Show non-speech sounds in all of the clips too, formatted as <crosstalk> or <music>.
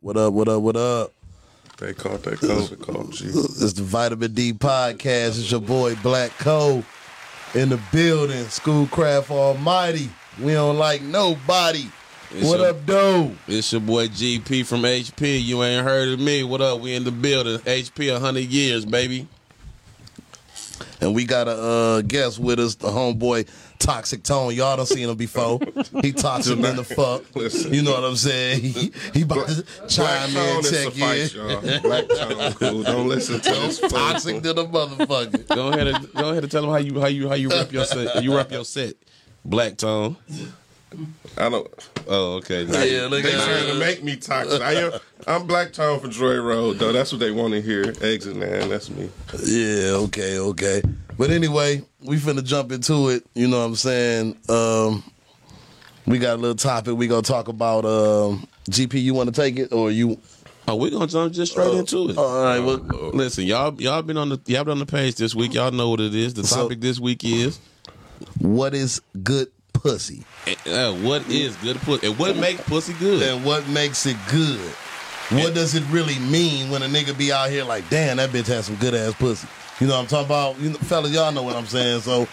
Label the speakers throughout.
Speaker 1: What up? What up? What up? <clears throat>
Speaker 2: They caught that COVID call. Jesus.
Speaker 1: It's the Vitamin D podcast. It's your boy Black Co. in the building. Schoolcraft Almighty. We don't like nobody.
Speaker 3: It's
Speaker 1: what
Speaker 3: your-
Speaker 1: up, dude?
Speaker 3: It's your boy GP from HP. You ain't heard of me. What up? We in the building. HP 100 years, baby.
Speaker 1: And we got a uh, guest with us, the homeboy Toxic Tone. Y'all done seen him <laughs> before. He toxic in the fuck.
Speaker 2: Listen.
Speaker 1: You know what I'm saying? He, he about to
Speaker 2: Black
Speaker 1: chime
Speaker 2: tone
Speaker 1: in,
Speaker 2: is
Speaker 1: check in.
Speaker 2: suffice, y'all. <laughs> Black tone cool. Don't listen to this fool.
Speaker 1: Toxic to the motherfucker.
Speaker 3: Go ahead and go ahead and tell them how you how you how you rep your set. You rep your set. Black tone.
Speaker 2: I don't.
Speaker 3: Oh, okay.
Speaker 1: Yeah, look
Speaker 2: They
Speaker 1: at
Speaker 2: trying to
Speaker 1: us.
Speaker 2: make me toxic. I am. I'm black tone for Joy Road though. That's what they want to hear. Exit man. That's me.
Speaker 1: Yeah, okay, okay. But anyway, we finna jump into it. You know what I'm saying? Um, we got a little topic we gonna talk about. Um, GP, you want to take it or you?
Speaker 3: Oh, we're gonna jump just
Speaker 1: Uh,
Speaker 3: straight into it. Uh,
Speaker 1: All right, well,
Speaker 3: Listen, y'all y'all been on the y'all been on the page this week. Y'all know what it is. The
Speaker 1: So-
Speaker 3: topic this week is
Speaker 1: what is good pussy
Speaker 3: uh, what is good pussy and what makes pussy good.
Speaker 1: and what makes it good? What does it really mean when a nigga be out here like, damn, that bitch has some good ass pussy? You know what I'm talking about? You know, fellas, y'all know what I'm saying. So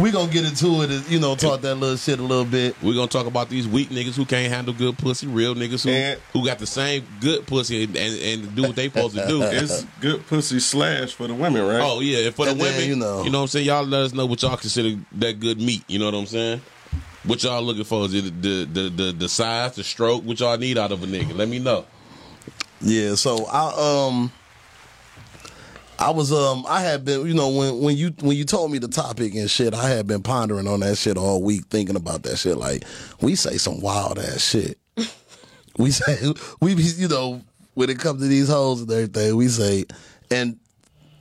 Speaker 1: we gonna get into it. and, You know, talk that little shit a little bit.
Speaker 3: We're gonna talk about these weak niggas who can't handle good pussy, real niggas who
Speaker 2: And-
Speaker 3: who got the same good pussy and, and, and do what they
Speaker 1: <laughs>
Speaker 3: supposed to do.
Speaker 2: It's good pussy slash for the women, right?
Speaker 3: Oh yeah, and for the
Speaker 1: And then,
Speaker 3: women,
Speaker 1: you know.
Speaker 3: you know what I'm saying. Y'all let us know what y'all consider that good meat. You know what I'm saying. What y'all looking for? Is it the the the, the size, the stroke? What y'all need out of a nigga? Let me know.
Speaker 1: Yeah, so I um I was um I had been you know when when you when you told me the topic and shit I had been pondering on that shit all week thinking about that shit like we say some wild ass shit <laughs> we say we be you know when it comes to these hoes and everything we say and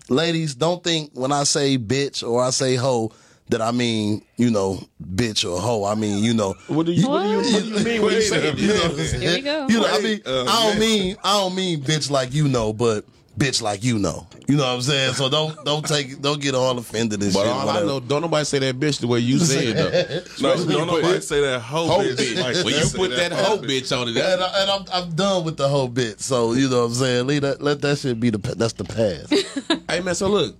Speaker 1: ladies don't think when I say bitch or I say hoe that I mean you know bitch or hoe I mean you know
Speaker 3: What do you
Speaker 4: what do you- what
Speaker 3: you
Speaker 2: <laughs>
Speaker 3: mean
Speaker 2: Wait a minute.
Speaker 4: Here we go.
Speaker 1: You know, I mean,
Speaker 2: Wait
Speaker 1: I
Speaker 2: Oh, a
Speaker 1: don't
Speaker 2: minute.
Speaker 1: mean, I don't mean bitch like you know, but bitch like you know. You know what I'm saying? So don't don't take don't get all offended and
Speaker 3: But
Speaker 1: shit.
Speaker 3: all I
Speaker 1: whatever.
Speaker 3: know, don't nobody say that bitch the way you say it though.
Speaker 2: No, don't nobody say that hoe,
Speaker 3: Hoe
Speaker 2: bitch.
Speaker 1: <laughs>
Speaker 3: bitch.
Speaker 2: Like
Speaker 3: When you
Speaker 2: say
Speaker 3: put that hoe bitch on it, that,
Speaker 1: And, I, and I'm, I'm done with the whole bit. So you know what I'm saying? Leave that, let that shit be the pa- that's the past.
Speaker 3: hey man, so look,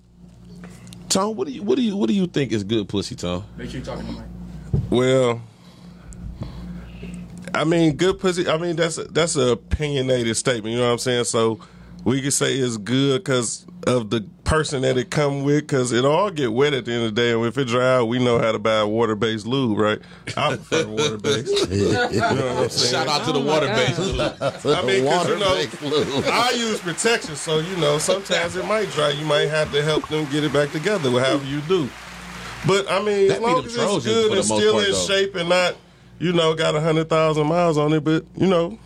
Speaker 3: Tom, what do you what do you what do you think is good pussy, Tom?
Speaker 5: They keep talking to Mike.
Speaker 2: Well, I mean, good pussy. I mean, that's that's an opinionated statement. You know what I'm saying? So we could say it's good because of the person that it come with. Because it all get wet at the end of the day, and if it dry out, we know how to buy a water based lube, right? I prefer water based. you know what I'm saying?
Speaker 3: Shout out to the
Speaker 4: Oh, my
Speaker 3: water
Speaker 4: God.
Speaker 3: base.
Speaker 2: I mean, 'cause, you know,
Speaker 1: Water-based lube.
Speaker 2: I use protection, so you know sometimes it might dry. You might have to help them get it back together, however you do. But I mean,
Speaker 3: That
Speaker 2: as
Speaker 3: be
Speaker 2: long
Speaker 3: the
Speaker 2: as
Speaker 3: Trojans
Speaker 2: it's good
Speaker 3: for
Speaker 2: and
Speaker 3: the most
Speaker 2: still
Speaker 3: part,
Speaker 2: in
Speaker 3: though.
Speaker 2: shape and not, you know, got a hundred thousand miles on it, but you know,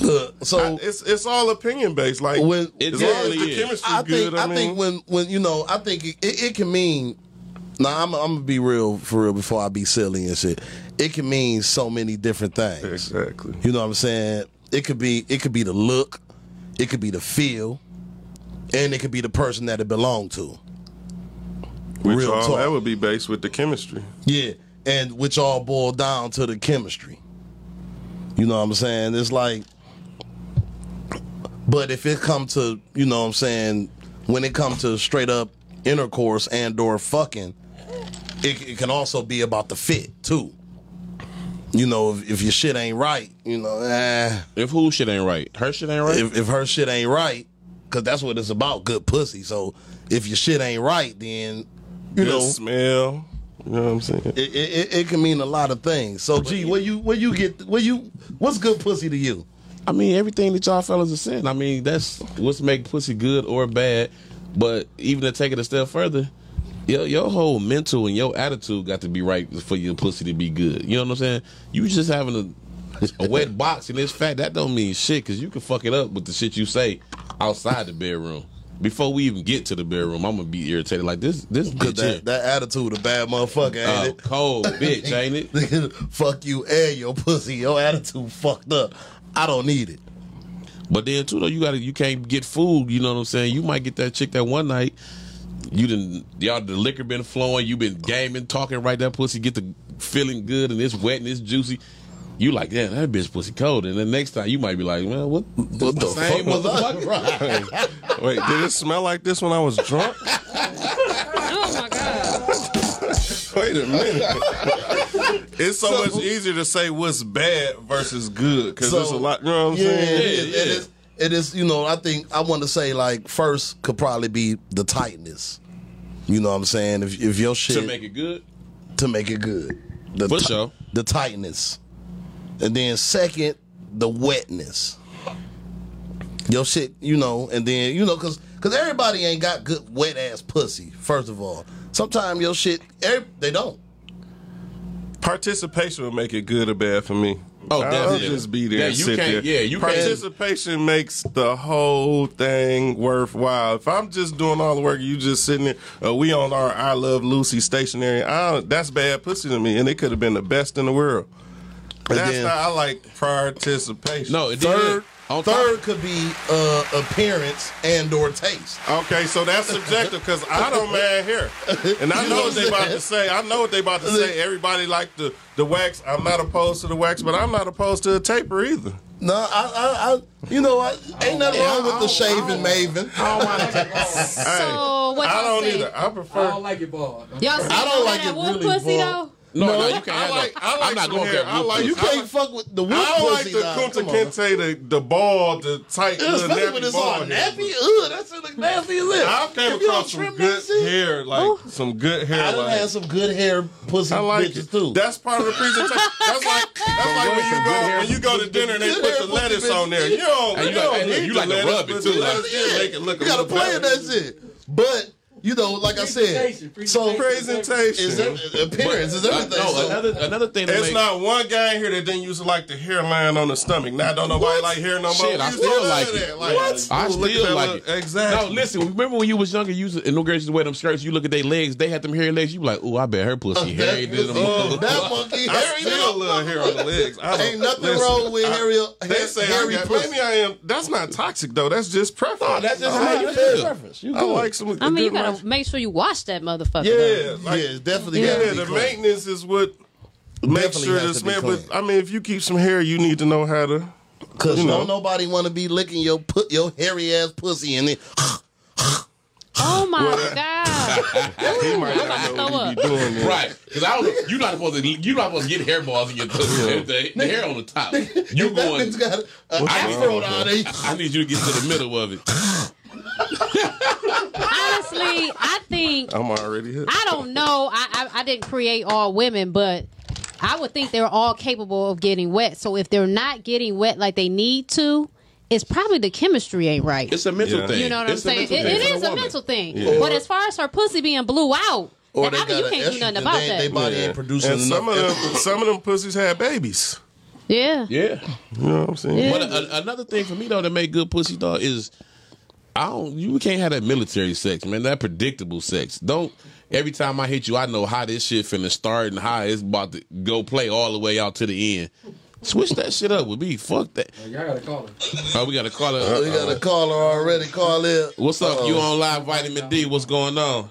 Speaker 1: Look, so
Speaker 2: it's it's all opinion based. Like
Speaker 1: When-
Speaker 3: It
Speaker 2: as long as
Speaker 3: really
Speaker 2: the
Speaker 3: is.
Speaker 2: chemistry
Speaker 1: I
Speaker 2: good,
Speaker 1: think
Speaker 2: I,
Speaker 1: I,
Speaker 2: mean,
Speaker 1: think when when you know I think it, it, it can mean. Nah, I'm, I'm gonna be real for real before I be silly and shit. It can mean so many different things.
Speaker 2: exactly.
Speaker 1: You know what I'm saying? It could be it could be the look, it could be the feel, and it could be the person that it belonged to.
Speaker 2: Which
Speaker 1: Real
Speaker 2: all
Speaker 1: talk.
Speaker 2: that would be based with the chemistry.
Speaker 1: Yeah, and which all boil down to the chemistry. You know what I'm saying? It's like but if it come to, you know what I'm saying, when it come to straight up intercourse and or fucking, it, it can also be about the fit too. You know, if, if your shit ain't right, you know, eh,
Speaker 3: If who shit ain't right, her shit ain't right.
Speaker 1: if, if her shit ain't right, because that's what it's about, good pussy. So if your shit ain't right, then you
Speaker 2: Good
Speaker 1: know
Speaker 2: smell. You know what I'm saying?
Speaker 1: it, it, it- it can mean a lot of things. So gee, where you where you get where you what's good pussy to you?
Speaker 3: I mean, everything that y'all fellas are saying. I mean, that's what's make pussy good or bad. But even to take it a step further, your your whole mental and your attitude got to be right for your pussy to be good. You know what I'm saying? You just having a a wet box and it's fat. That don't mean shit because you can fuck it up with the shit you say outside the bedroom. Before we even get to the bedroom, I'm gonna be irritated. Like this, this
Speaker 1: Cause
Speaker 3: bitch,
Speaker 1: that,
Speaker 3: that,
Speaker 1: that attitude a bad motherfucker, ain't
Speaker 3: cold Oh, bitch, ain't it?
Speaker 1: it? <laughs> Fuck you and your pussy. Your attitude fucked up. I don't need it.
Speaker 3: But then too though, you gotta you can't get food. You know what I'm saying? You might get that chick that one night. You didn't y'all the liquor been flowing. You been gaming, talking right. That pussy get the feeling good and it's wet and it's juicy. You like, yeah, that bitch pussy cold. And the next time you might be like, well, what, what the
Speaker 1: fuck
Speaker 3: same
Speaker 1: was I-
Speaker 3: motherfucker? <laughs> Right.
Speaker 2: Wait, did it smell like this when I was drunk?
Speaker 4: Oh my god.
Speaker 2: Wait a minute. <laughs> it's so, much easier to say what's bad versus good because
Speaker 1: So-
Speaker 2: there's a lot. You know what I'm
Speaker 1: Yeah,
Speaker 2: saying?
Speaker 1: it is. It is. It is. You know, I think I want to say like first could probably be the tightness. You know what I'm saying? If if your shit
Speaker 3: To make it good.
Speaker 1: to make it good, the
Speaker 3: For
Speaker 1: ti-
Speaker 3: sure.
Speaker 1: the tightness, and then second the wetness. Your shit, you know, and then you know, cause cause everybody ain't got good wet ass pussy. First of all, sometimes your shit, every, they don't.
Speaker 2: Participation would make it good or bad for me.
Speaker 3: Oh,
Speaker 2: I'll
Speaker 3: definitely.
Speaker 2: just be there.
Speaker 3: Yeah,
Speaker 2: and
Speaker 3: you
Speaker 2: sit
Speaker 3: can't-
Speaker 2: there.
Speaker 3: yeah, you can't-
Speaker 2: Participation makes the whole thing worthwhile. If I'm just doing all the work, you just sitting there. Uh, we on our I Love Lucy stationery. I don't- that's bad pussy to me, and it could have been the best in the world. That's
Speaker 1: then-
Speaker 2: not. I like participation.
Speaker 3: No, it
Speaker 1: Third,
Speaker 3: did. On
Speaker 1: third
Speaker 3: top-
Speaker 1: could be uh, appearance and or taste.
Speaker 2: Okay, so that's subjective because I don't man here, and I know what they about to say. I know what they about to say. Everybody like the the wax. I'm not opposed to the wax, but I'm not opposed to a taper either.
Speaker 1: No, I, I, I you know, I, ain't nothing wrong with the shaving maven.
Speaker 2: I don't mind a taper.
Speaker 4: So what
Speaker 2: I
Speaker 4: y'all
Speaker 2: don't
Speaker 4: say?
Speaker 2: either. I
Speaker 5: <laughs> I
Speaker 2: prefer.
Speaker 5: don't like it, bald.
Speaker 4: Y'all see
Speaker 1: I don't like
Speaker 4: that
Speaker 1: it
Speaker 4: one
Speaker 1: really
Speaker 4: pussy
Speaker 1: raw.
Speaker 4: though?
Speaker 3: No, no, you can't
Speaker 2: I
Speaker 3: have
Speaker 2: like.
Speaker 3: that.
Speaker 2: I like
Speaker 3: I'm not
Speaker 2: some
Speaker 3: going
Speaker 2: hair.
Speaker 3: to
Speaker 2: I like.
Speaker 1: You
Speaker 2: I
Speaker 1: can't
Speaker 2: like-
Speaker 1: fuck with the wood
Speaker 2: I don't like
Speaker 1: pussy.
Speaker 2: the
Speaker 1: now.
Speaker 2: Kunta
Speaker 1: Come on.
Speaker 2: Kinte, the, the ball, the tight, little
Speaker 1: Especially when
Speaker 2: nappy
Speaker 1: it's
Speaker 2: ball
Speaker 1: all
Speaker 2: hair.
Speaker 1: nappy. Ugh, that shit look nasty as it.
Speaker 2: I came
Speaker 1: If you don't
Speaker 2: across some
Speaker 1: trim that
Speaker 2: good
Speaker 1: shit-
Speaker 2: hair, like some good hair.
Speaker 1: I done
Speaker 2: like,
Speaker 1: had some good hair pussy
Speaker 2: I like
Speaker 1: bitches
Speaker 2: it.
Speaker 1: too.
Speaker 2: That's part of the presentation. That's
Speaker 3: <laughs>
Speaker 2: like that's like when you go when you go to dinner and they put the lettuce on there. You don't
Speaker 3: And you
Speaker 2: you
Speaker 3: like-
Speaker 2: don't
Speaker 3: and
Speaker 2: need
Speaker 3: you
Speaker 2: the
Speaker 3: like to
Speaker 2: lettuce,
Speaker 3: rub it,
Speaker 2: but
Speaker 3: too.
Speaker 2: the
Speaker 1: That's
Speaker 2: lettuce
Speaker 1: it.
Speaker 2: did make it look a
Speaker 1: you gotta
Speaker 2: little
Speaker 1: play in
Speaker 2: better.
Speaker 1: that shit. But you know, like I said,
Speaker 5: Presentation,
Speaker 1: so
Speaker 2: Presentation.
Speaker 1: is that appearance is everything.
Speaker 3: No,
Speaker 1: So-
Speaker 3: another, another thing that
Speaker 2: It's
Speaker 3: makes-
Speaker 2: not one guy in here that didn't used to like the hairline on the stomach. Now don't nobody like hair no more.
Speaker 3: Shit, I
Speaker 2: We used
Speaker 3: still
Speaker 2: to love
Speaker 3: like it.
Speaker 2: that. Like,
Speaker 3: I
Speaker 2: ooh, look at
Speaker 3: still
Speaker 2: that
Speaker 3: like
Speaker 2: look.
Speaker 3: it.
Speaker 2: Exactly.
Speaker 3: No, listen. Remember when you was younger, you used to, and no girls used to wear them skirts. You look at their legs. They had them hairy legs. You be like, oh, I bet
Speaker 1: <laughs>
Speaker 3: her pussy hairy than them.
Speaker 1: Oh, that monkey
Speaker 2: I
Speaker 1: hairy.
Speaker 2: still love hair on the legs. I don't-
Speaker 1: Ain't nothing
Speaker 2: listen,
Speaker 1: wrong with
Speaker 2: I-
Speaker 1: hairy.
Speaker 2: They say
Speaker 1: hairy
Speaker 2: I got,
Speaker 1: pussy.
Speaker 2: maybe I am. That's not toxic though. That's just preference.
Speaker 3: that's just
Speaker 2: I
Speaker 3: how
Speaker 2: like
Speaker 3: you
Speaker 2: it.
Speaker 3: feel.
Speaker 1: preference. You
Speaker 2: I like some.
Speaker 4: I mean, you
Speaker 2: good
Speaker 4: gotta
Speaker 2: life.
Speaker 4: make sure you wash that motherfucker. though.
Speaker 2: Yeah, like,
Speaker 1: yeah, it's definitely
Speaker 2: yeah,
Speaker 1: gotta be
Speaker 2: the
Speaker 1: clean.
Speaker 2: maintenance is what makes
Speaker 1: Definitely
Speaker 2: sure
Speaker 1: has
Speaker 2: the
Speaker 1: to be
Speaker 2: smell. But
Speaker 1: clean.
Speaker 2: I mean, if you keep some hair, you need to know how to.
Speaker 1: Cause
Speaker 2: You
Speaker 1: don't
Speaker 2: know.
Speaker 1: nobody want to be licking your put your hairy ass pussy and then
Speaker 4: Oh my god.
Speaker 2: He might
Speaker 4: I'm about
Speaker 2: not
Speaker 4: to
Speaker 2: know
Speaker 4: throw
Speaker 2: what he
Speaker 4: up.
Speaker 2: be doing. there.
Speaker 3: Right, because I don't. You're not supposed to. You're not supposed to get hairballs in your throat. the, the hair on
Speaker 1: <laughs>
Speaker 3: the top. You
Speaker 1: that
Speaker 3: going?
Speaker 1: bitch got an afro down there.
Speaker 3: I need you to get to the middle of it.
Speaker 4: Honestly, I think
Speaker 2: I'm already hit.
Speaker 4: I don't know. I, I I didn't create all women, but I would think they're all capable of getting wet. So if they're not getting wet like they need to, it's probably the chemistry ain't right.
Speaker 3: It's a mental
Speaker 2: Yeah.
Speaker 3: thing.
Speaker 4: you know what I'm
Speaker 3: It's a
Speaker 4: saying?
Speaker 3: mental
Speaker 4: It,
Speaker 3: thing
Speaker 4: it
Speaker 3: for the
Speaker 4: is a
Speaker 3: woman.
Speaker 4: mental thing. but as far as her pussy being blew out,
Speaker 1: Or
Speaker 4: I mean, you
Speaker 1: an
Speaker 4: can't do nothing
Speaker 1: estrogen,
Speaker 4: about
Speaker 1: they,
Speaker 4: that.
Speaker 1: They body
Speaker 2: Yeah.
Speaker 1: ain't producing
Speaker 2: and
Speaker 1: enough.
Speaker 2: some of them, some of them pussies had babies.
Speaker 4: yeah.
Speaker 3: Yeah.
Speaker 2: You know what I'm saying?
Speaker 4: Yeah.
Speaker 3: But a, another thing for me though that make good pussy dog is I don't you can't have that military sex, man. That predictable sex. Don't every time I hit you, I know how this shit finna start and how it's about to go play all the way out to the end. Switch that shit up with me. Fuck that.
Speaker 5: Y'all gotta call him.
Speaker 3: Oh, we gotta call it.
Speaker 1: We got a caller already. Call it.
Speaker 3: What's up? You on live vitamin D? What's going on?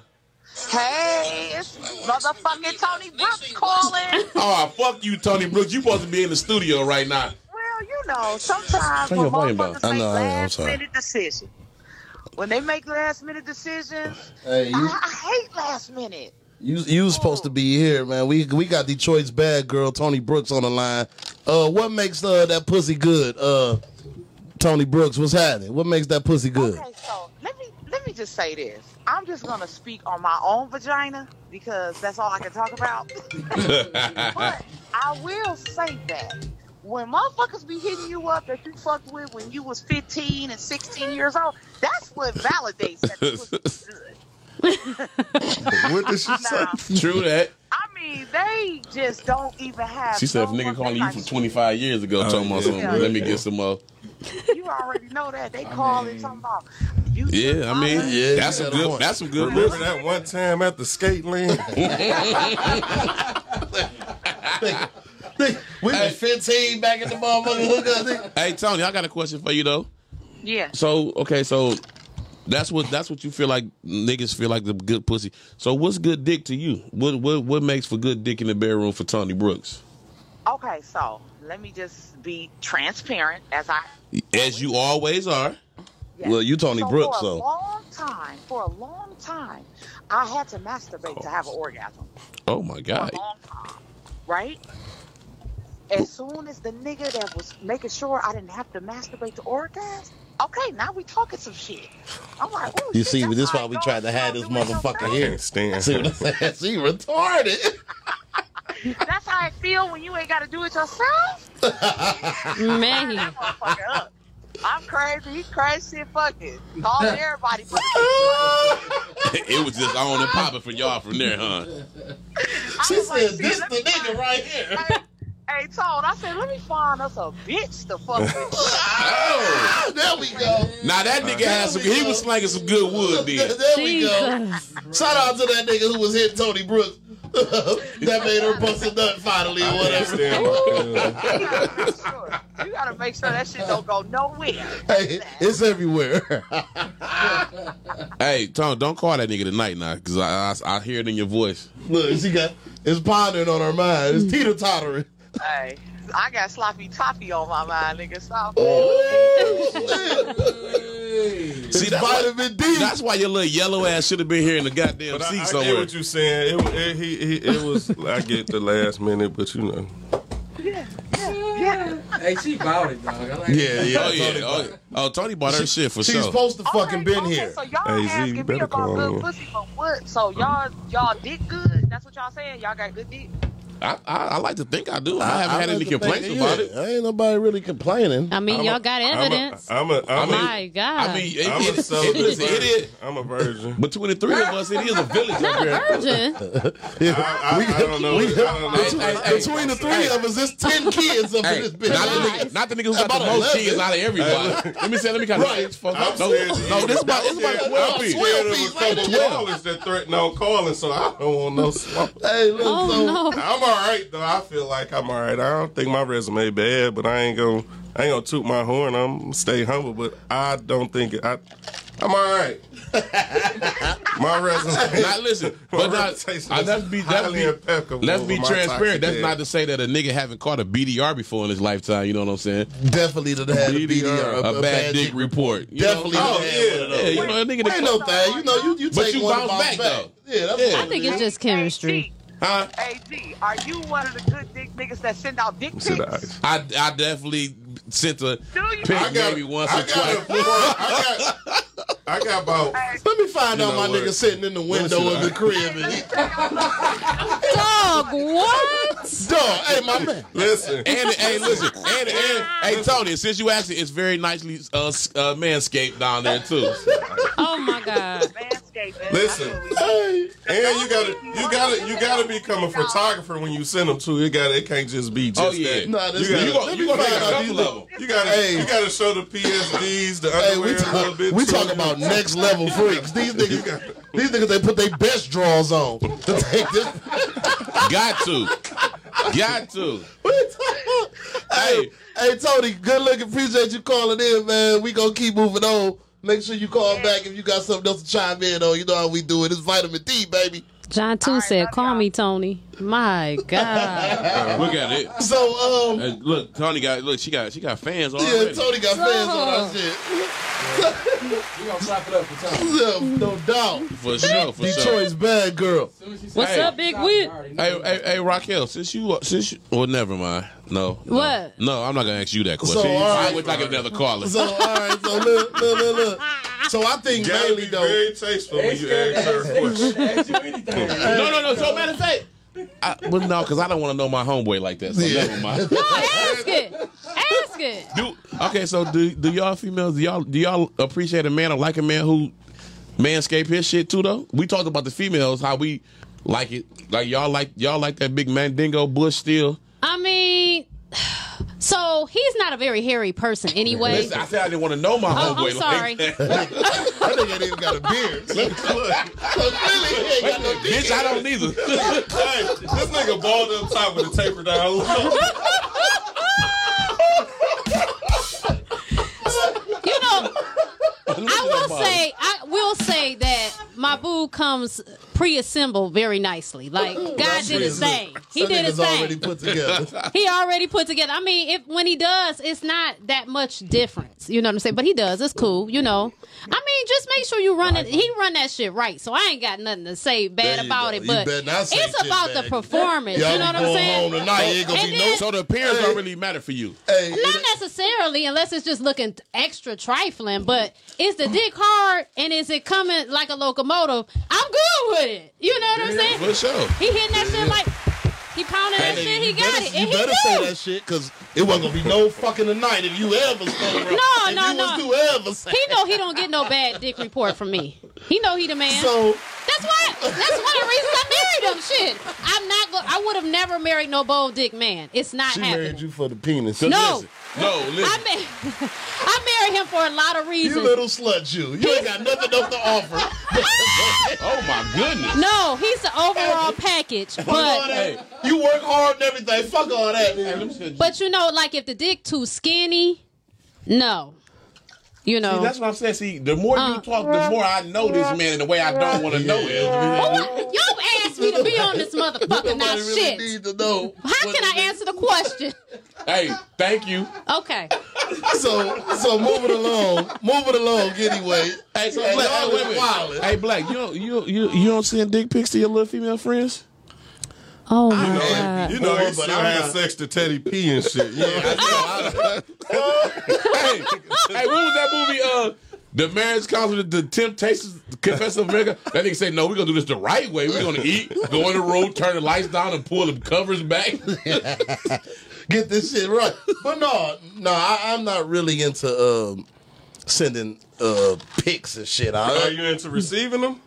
Speaker 6: Hey, it's motherfucking Tony Brooks calling.
Speaker 3: Oh fuck you, Tony Brooks. You supposed to be in the studio right now.
Speaker 6: well, you know, sometimes
Speaker 3: Turn
Speaker 6: when
Speaker 3: your volume down.
Speaker 6: motherfuckers
Speaker 1: I
Speaker 6: make
Speaker 1: know, I know, I'm
Speaker 6: last
Speaker 1: sorry.
Speaker 6: minute decisions. When they make last minute decisions,
Speaker 1: Hey,
Speaker 6: I,
Speaker 1: you,
Speaker 6: I hate last minute.
Speaker 1: you, you was supposed to be here, man. We we got Detroit's bad girl Tony Brooks on the line. Uh, what makes uh, that pussy good? Uh, Tony Brooks, what's happening? What makes that pussy good?
Speaker 6: Okay, so let me let me just say this. I'm just gonna speak on my own vagina because that's all I can talk about. <laughs> But I will say that when motherfuckers be hitting you up that you fucked with when you was 15 and 16 years old, that's what validates that you was good.
Speaker 2: What did she say?
Speaker 6: Now,
Speaker 3: True that.
Speaker 6: I mean, they just don't even have.
Speaker 3: She said, if
Speaker 6: no
Speaker 3: nigga
Speaker 6: one-
Speaker 3: calling
Speaker 6: they
Speaker 3: you
Speaker 6: like,
Speaker 3: from 25 years ago,
Speaker 2: Oh,
Speaker 3: talking about
Speaker 2: yeah.
Speaker 3: something, let me get some more.
Speaker 6: You already know that they call it
Speaker 5: mean-
Speaker 6: something about. You
Speaker 3: Yeah, I mean,
Speaker 1: Yeah,
Speaker 3: that's
Speaker 1: you
Speaker 3: a
Speaker 1: got a
Speaker 3: good.
Speaker 1: point.
Speaker 3: That's some good.
Speaker 2: <laughs> Remember that one time at the skate
Speaker 4: <laughs>
Speaker 2: lane?
Speaker 1: We was 15 back in the motherfucking hookup. nigga.
Speaker 3: Hey Tony, I got a question for you though.
Speaker 6: yeah.
Speaker 3: So okay, so that's what that's what you feel like niggas feel like the good pussy. So what's good dick to you? What what what makes for good dick in the bedroom for Tony Brooks?
Speaker 6: Okay, so let me just be transparent as I
Speaker 3: As you always are.
Speaker 6: Yeah.
Speaker 1: Well, you Tony Brooks,
Speaker 6: for a
Speaker 1: so.
Speaker 6: long time, for a long time, I had to masturbate to have an orgasm.
Speaker 3: Oh my
Speaker 6: For
Speaker 3: God.
Speaker 6: a long time, right? As soon as the nigga that was making sure I didn't have to masturbate to orgasm, okay, now we talking some shit. I'm like, ooh,
Speaker 1: You
Speaker 6: shit,
Speaker 1: see,
Speaker 6: that's
Speaker 1: this is
Speaker 6: how
Speaker 1: why
Speaker 6: it
Speaker 1: we
Speaker 6: goes.
Speaker 1: tried to hide
Speaker 6: You
Speaker 1: this
Speaker 6: know, doing
Speaker 1: motherfucker
Speaker 6: something.
Speaker 1: here.
Speaker 2: Can't stand.
Speaker 1: See what I'm saying? She retarded.
Speaker 6: That's how I feel when you ain't got to do it yourself.
Speaker 4: Man,
Speaker 6: Motherfucker up. I'm crazy. He's crazy. Shit, fuck it. Call everybody. But
Speaker 3: <laughs> it was just on and popping for y'all from there, huh?
Speaker 1: She
Speaker 6: was like,
Speaker 1: said,
Speaker 6: shit,
Speaker 1: "This
Speaker 6: let
Speaker 1: the
Speaker 6: me
Speaker 1: nigga
Speaker 6: find-
Speaker 1: right here."
Speaker 6: Hey, hey, Todd, I said, let me find us a bitch to fuck with.
Speaker 3: Oh.
Speaker 1: <laughs> There we go.
Speaker 3: Now that nigga had some. He was slinging some good wood. Then
Speaker 1: <laughs> There we go.
Speaker 4: Jesus.
Speaker 1: Shout out to that nigga who was hitting Tony Brooks. <laughs> that made her bust a nut finally or
Speaker 2: Can't
Speaker 1: whatever.
Speaker 2: stand my cousin.
Speaker 6: You gotta make sure. You gotta make sure that shit don't go nowhere.
Speaker 1: Hey, it's everywhere.
Speaker 3: Hey, Tom, don't call that nigga tonight now, cause I, I I hear it in your
Speaker 6: <laughs>
Speaker 3: voice.
Speaker 1: Look, she got it's pondering on her mind.
Speaker 4: Hmm.
Speaker 1: It's teeter tottering.
Speaker 6: Hey, I got sloppy toppy on my mind, nigga. Stop.
Speaker 1: Oh. See,
Speaker 3: that's why-
Speaker 1: vitamin D.
Speaker 3: That's why your little yellow ass should have been here in the goddamn
Speaker 2: But I, I
Speaker 3: seat
Speaker 2: get
Speaker 3: somewhere.
Speaker 2: what you saying. It, wa- it, he, he, it was. I get the last minute, but you know.
Speaker 5: Hey, she bought it, dog. I like
Speaker 1: yeah, yeah.
Speaker 3: oh yeah,
Speaker 1: Tony-
Speaker 3: oh, yeah. oh Tony bought her shit for
Speaker 1: She's
Speaker 3: sure.
Speaker 1: supposed to fucking
Speaker 6: Okay,
Speaker 1: been
Speaker 6: okay,
Speaker 1: here. Uh-huh.
Speaker 6: So
Speaker 2: Hey,
Speaker 6: y'all
Speaker 2: Z, you
Speaker 6: asking me
Speaker 2: better
Speaker 6: about
Speaker 2: call
Speaker 6: good
Speaker 2: in.
Speaker 6: pussy for what? So y'all y'all did good. That's what y'all saying. Y'all got good dick.
Speaker 3: I, I I like to think I do. I, haven't had
Speaker 1: like
Speaker 3: any
Speaker 1: to think-
Speaker 3: complaints
Speaker 1: yeah,
Speaker 3: about it.
Speaker 1: Ain't nobody really complaining.
Speaker 4: I mean, y'all got evidence.
Speaker 2: I'm a. I'm a. I'm a,
Speaker 4: My God.
Speaker 3: I mean, it,
Speaker 2: I'm
Speaker 3: it,
Speaker 2: a
Speaker 3: it
Speaker 2: celibate
Speaker 3: is it
Speaker 2: virgin.
Speaker 3: is.
Speaker 2: I'm a virgin.
Speaker 3: Between the three of us, it is a village
Speaker 4: not
Speaker 3: over
Speaker 4: a
Speaker 3: here.
Speaker 4: virgin.
Speaker 2: I, I, I don't know. I don't know.
Speaker 1: Between,
Speaker 3: Hey, hey,
Speaker 1: between the three
Speaker 3: hey.
Speaker 1: of us, it's ten kids up
Speaker 3: Hey,
Speaker 1: in this
Speaker 3: not the,
Speaker 1: bitch.
Speaker 3: nigga, not the nigga who got the
Speaker 1: About
Speaker 3: most
Speaker 1: 11.
Speaker 3: kids out of everybody. let me say, let me kind of
Speaker 1: Right.
Speaker 3: fuck
Speaker 2: I'm
Speaker 3: up. No,
Speaker 2: scared to
Speaker 3: no,
Speaker 2: eat.
Speaker 3: this is about, this is about
Speaker 2: I'm
Speaker 3: 12
Speaker 2: scared- I'm
Speaker 3: people.
Speaker 1: Twelve
Speaker 2: scared of a
Speaker 1: people,
Speaker 2: couple
Speaker 1: ain't it?
Speaker 2: callers that threaten on calling, so I don't want no smoke.
Speaker 1: Hey, look, so,
Speaker 4: Oh no.
Speaker 2: I'm all right though. I feel like I'm all right. I don't think my resume bad, but I ain't gonna I ain't gonna toot my horn. I'm gonna stay humble, but I don't think it, I I'm all
Speaker 3: <laughs>
Speaker 2: right. my resume.
Speaker 3: Now
Speaker 1: <laughs>
Speaker 3: listen,
Speaker 2: my
Speaker 3: but not,
Speaker 2: reputation
Speaker 3: I,
Speaker 2: is
Speaker 3: let's be let's
Speaker 2: highly
Speaker 3: be,
Speaker 2: impeccable
Speaker 3: let's
Speaker 2: over
Speaker 3: be
Speaker 2: my
Speaker 3: transparent.
Speaker 2: toxic
Speaker 3: That's
Speaker 2: dad.
Speaker 3: not to say that a nigga haven't caught a BDR before in his lifetime. You know what I'm saying?
Speaker 1: definitely done had a BDR,
Speaker 3: a, bad, dick, report. You know what I'm
Speaker 1: Definitely
Speaker 3: saying?
Speaker 1: done
Speaker 2: Oh,
Speaker 1: had one of those.
Speaker 2: yeah.
Speaker 3: Yeah, you know, a nigga that
Speaker 1: Ain't no thing, you know. You you
Speaker 3: But
Speaker 1: take
Speaker 3: you
Speaker 1: one and
Speaker 3: bounce back, though.
Speaker 1: Yeah, that's
Speaker 3: Yeah.
Speaker 4: I think it's just
Speaker 6: Hey,
Speaker 4: chemistry.
Speaker 3: Huh?
Speaker 6: G, hey, G, are you one of the good dick niggas that send out dick pics?
Speaker 2: to the ice.
Speaker 3: I, I definitely sent a
Speaker 6: Do you?
Speaker 3: pic
Speaker 6: I
Speaker 3: maybe once
Speaker 2: I
Speaker 3: or
Speaker 2: got,
Speaker 3: twice.
Speaker 2: a four, I got I got
Speaker 3: <laughs>
Speaker 2: about
Speaker 1: Let me find
Speaker 2: You
Speaker 1: out
Speaker 2: know
Speaker 1: my
Speaker 2: what?
Speaker 1: nigga sitting in the window
Speaker 2: should
Speaker 1: of the
Speaker 2: I-
Speaker 1: crib. And he,
Speaker 4: Dog,
Speaker 1: <laughs>
Speaker 4: what?
Speaker 1: dog, hey, my man.
Speaker 2: listen.
Speaker 3: And hey, listen, and and hey Tony, since you asked it, it's very nicely uh, s- uh manscaped down there too.
Speaker 4: Oh my God.
Speaker 6: Manscaping.
Speaker 2: Listen.
Speaker 6: I feel you.
Speaker 1: Hey,
Speaker 2: And you gotta you gotta you gotta become a photographer when you send them to. It got it can't just be just
Speaker 3: Oh yeah,
Speaker 2: that.
Speaker 1: Nah, this-
Speaker 2: you gotta-
Speaker 3: you gonna,
Speaker 1: let
Speaker 3: you
Speaker 1: me
Speaker 3: gonna
Speaker 1: find
Speaker 3: take a
Speaker 1: out
Speaker 3: couple
Speaker 1: these
Speaker 3: of them.
Speaker 2: You gotta
Speaker 1: Hey.
Speaker 2: you gotta show the PSDs, the
Speaker 1: Hey,
Speaker 2: underwear
Speaker 1: we,
Speaker 2: a little
Speaker 1: talk,
Speaker 2: bit.
Speaker 1: we
Speaker 2: too.
Speaker 1: talk about next level freaks.
Speaker 2: <laughs>
Speaker 1: These niggas, these niggas, they put their best draws on to take this.
Speaker 2: <laughs>
Speaker 3: Got to, got to.
Speaker 1: hey, hey, Tony, good looking. Appreciate you calling in, man. We gonna keep moving on. Make sure you call back if you got something else to chime in on. You know how we do it. It's vitamin D, baby.
Speaker 4: John Two
Speaker 6: right,
Speaker 4: said,
Speaker 6: love
Speaker 4: "Call
Speaker 6: y'all.
Speaker 4: me Tony." My God.
Speaker 3: Look at Uh, it.
Speaker 1: So, um,
Speaker 3: Hey, look, Tony got look. She got she got fans already.
Speaker 1: yeah, Tony got fans on our shit. <laughs>
Speaker 5: we gonna clap it up for Tom. As
Speaker 1: Yeah, no doubt.
Speaker 3: for sure, for sure.
Speaker 1: Detroit's bad girl.
Speaker 5: soon as she said
Speaker 4: What's
Speaker 5: it,
Speaker 4: up, Big
Speaker 5: stop,
Speaker 4: Wit?
Speaker 5: I already know.
Speaker 3: Hey, hey, hey, Raquel, since you, uh, since you, well, never mind. No. no.
Speaker 4: What?
Speaker 3: No, I'm not gonna ask you that question.
Speaker 1: So, all right.
Speaker 3: I would like another caller.
Speaker 1: So, all right. So, look, look, look, look. So, I think
Speaker 2: You gotta be
Speaker 1: mainly though.
Speaker 2: very tasteful
Speaker 5: They
Speaker 2: when you
Speaker 5: scared
Speaker 2: ask her
Speaker 5: to
Speaker 2: a
Speaker 5: ask- they
Speaker 2: question.
Speaker 5: scared to ask you anything.
Speaker 3: no, no, no. So, matter of fact, I, well, no, because I don't want to know my homeboy like that. So
Speaker 1: Yeah.
Speaker 3: never mind.
Speaker 4: Ask it. Ask it.
Speaker 3: Do okay. So, do do y'all females do y'all do y'all appreciate a man or like a man who manscape his shit too? Though we talked about the females how we like it. Like y'all like y'all like that big mandingo bush still.
Speaker 4: I mean, <sighs> so he's not a very hairy person anyway.
Speaker 3: Listen, I said I didn't want to know my
Speaker 4: Oh,
Speaker 3: homeboy
Speaker 4: I'm
Speaker 3: like
Speaker 4: sorry.
Speaker 3: that. <laughs>
Speaker 1: That nigga ain't even got a beard. So, clearly, he ain't got no dick.
Speaker 3: Bitch, I don't either.
Speaker 2: Hey, this nigga balled up top with a taper down. low.
Speaker 4: you know, I will say, I will say that my boo comes pre-assembled very nicely. Like God did his thing. He
Speaker 1: Some
Speaker 4: did his
Speaker 1: niggas already
Speaker 4: thing.
Speaker 1: put together.
Speaker 4: <laughs> He already put together. I mean, if when he does, it's not that much difference. You know what I'm saying? But he does. It's cool. You know. I mean, just make sure you run it. He run that shit right. So I ain't got nothing to say
Speaker 1: There
Speaker 4: bad
Speaker 1: you
Speaker 4: about
Speaker 1: go.
Speaker 4: it.
Speaker 1: You
Speaker 4: But
Speaker 1: better not say
Speaker 4: it's
Speaker 1: shit
Speaker 4: about
Speaker 1: bad.
Speaker 4: the performance.
Speaker 1: Y'all
Speaker 4: you know
Speaker 1: be
Speaker 4: what I'm
Speaker 1: going
Speaker 4: saying?
Speaker 1: home tonight. Ain't gonna
Speaker 4: And
Speaker 1: be
Speaker 4: then-
Speaker 1: no.
Speaker 3: So the appearance don't really matter for you.
Speaker 1: Hey,
Speaker 4: Not necessarily, unless it's just looking extra trifling. But is the dick hard and is it coming like a locomotive? I'm good with it. You know what I'm
Speaker 3: For
Speaker 4: saying?
Speaker 3: sure.
Speaker 4: He hitting that shit like he pounding that
Speaker 1: Hey,
Speaker 4: shit.
Speaker 1: you
Speaker 4: He got
Speaker 1: better-
Speaker 4: it,
Speaker 1: You
Speaker 4: and he
Speaker 1: better say
Speaker 4: do.
Speaker 1: that shit because it wasn't gonna be no fucking tonight if you ever stayed. bro.
Speaker 4: No,
Speaker 1: if
Speaker 4: no,
Speaker 1: you
Speaker 4: no.
Speaker 1: Was to ever say.
Speaker 4: He know he don't get no bad dick report from me. He know he the man.
Speaker 1: So
Speaker 4: that's why. That's one of the reasons I married him. Shit, I'm not. Go- I would have never married no bold dick man. It's not
Speaker 1: she
Speaker 4: happening.
Speaker 1: married you for the penis.
Speaker 4: No.
Speaker 1: Listen,
Speaker 3: No,
Speaker 4: I,
Speaker 3: listen.
Speaker 4: ma- <laughs> I married him for a lot of reasons.
Speaker 1: you little slut, you. You ain't got nothing else to offer.
Speaker 3: Oh my goodness.
Speaker 4: No, he's the overall package.
Speaker 1: Fuck all
Speaker 4: But
Speaker 1: that. You work hard and everything. Fuck all that.
Speaker 4: but you know, like if the dick too skinny, no. You know.
Speaker 3: That's what I'm saying. See, the more
Speaker 4: Uh.
Speaker 3: you talk, the more I know this man in the way I don't want to know him.
Speaker 4: Well, what? Y'all asked me to be on this motherfucker now
Speaker 1: Nobody really
Speaker 4: shit.
Speaker 1: need to know.
Speaker 4: How can I answer the question?
Speaker 3: Hey, thank you.
Speaker 4: Okay.
Speaker 1: So so moving along, moving along. Anyway,
Speaker 3: Hey,
Speaker 1: So
Speaker 3: hey,
Speaker 1: Black,
Speaker 3: hey,
Speaker 1: y'all
Speaker 3: wait,
Speaker 1: is
Speaker 3: wait.
Speaker 1: wildin'.
Speaker 3: Hey, Black, you don't, you you you don't send dick pics to your little female friends?
Speaker 4: Oh my
Speaker 1: God.
Speaker 2: You know,
Speaker 1: Boy,
Speaker 2: he
Speaker 1: but
Speaker 2: still
Speaker 1: I'm
Speaker 2: had
Speaker 1: not-
Speaker 2: sex to Teddy P and shit. Yeah,
Speaker 3: hey, hey, what was that movie? Uh, the marriage counselor, the Temptations, Confession of America. That nigga said, "No, we're gonna do this the right way. We're gonna eat, go on the road, turn the lights down, and pull the covers back."
Speaker 1: get this shit right. But no, no, I, I'm not really into um, sending uh, pics and shit.
Speaker 2: are
Speaker 1: I,
Speaker 2: you into receiving them?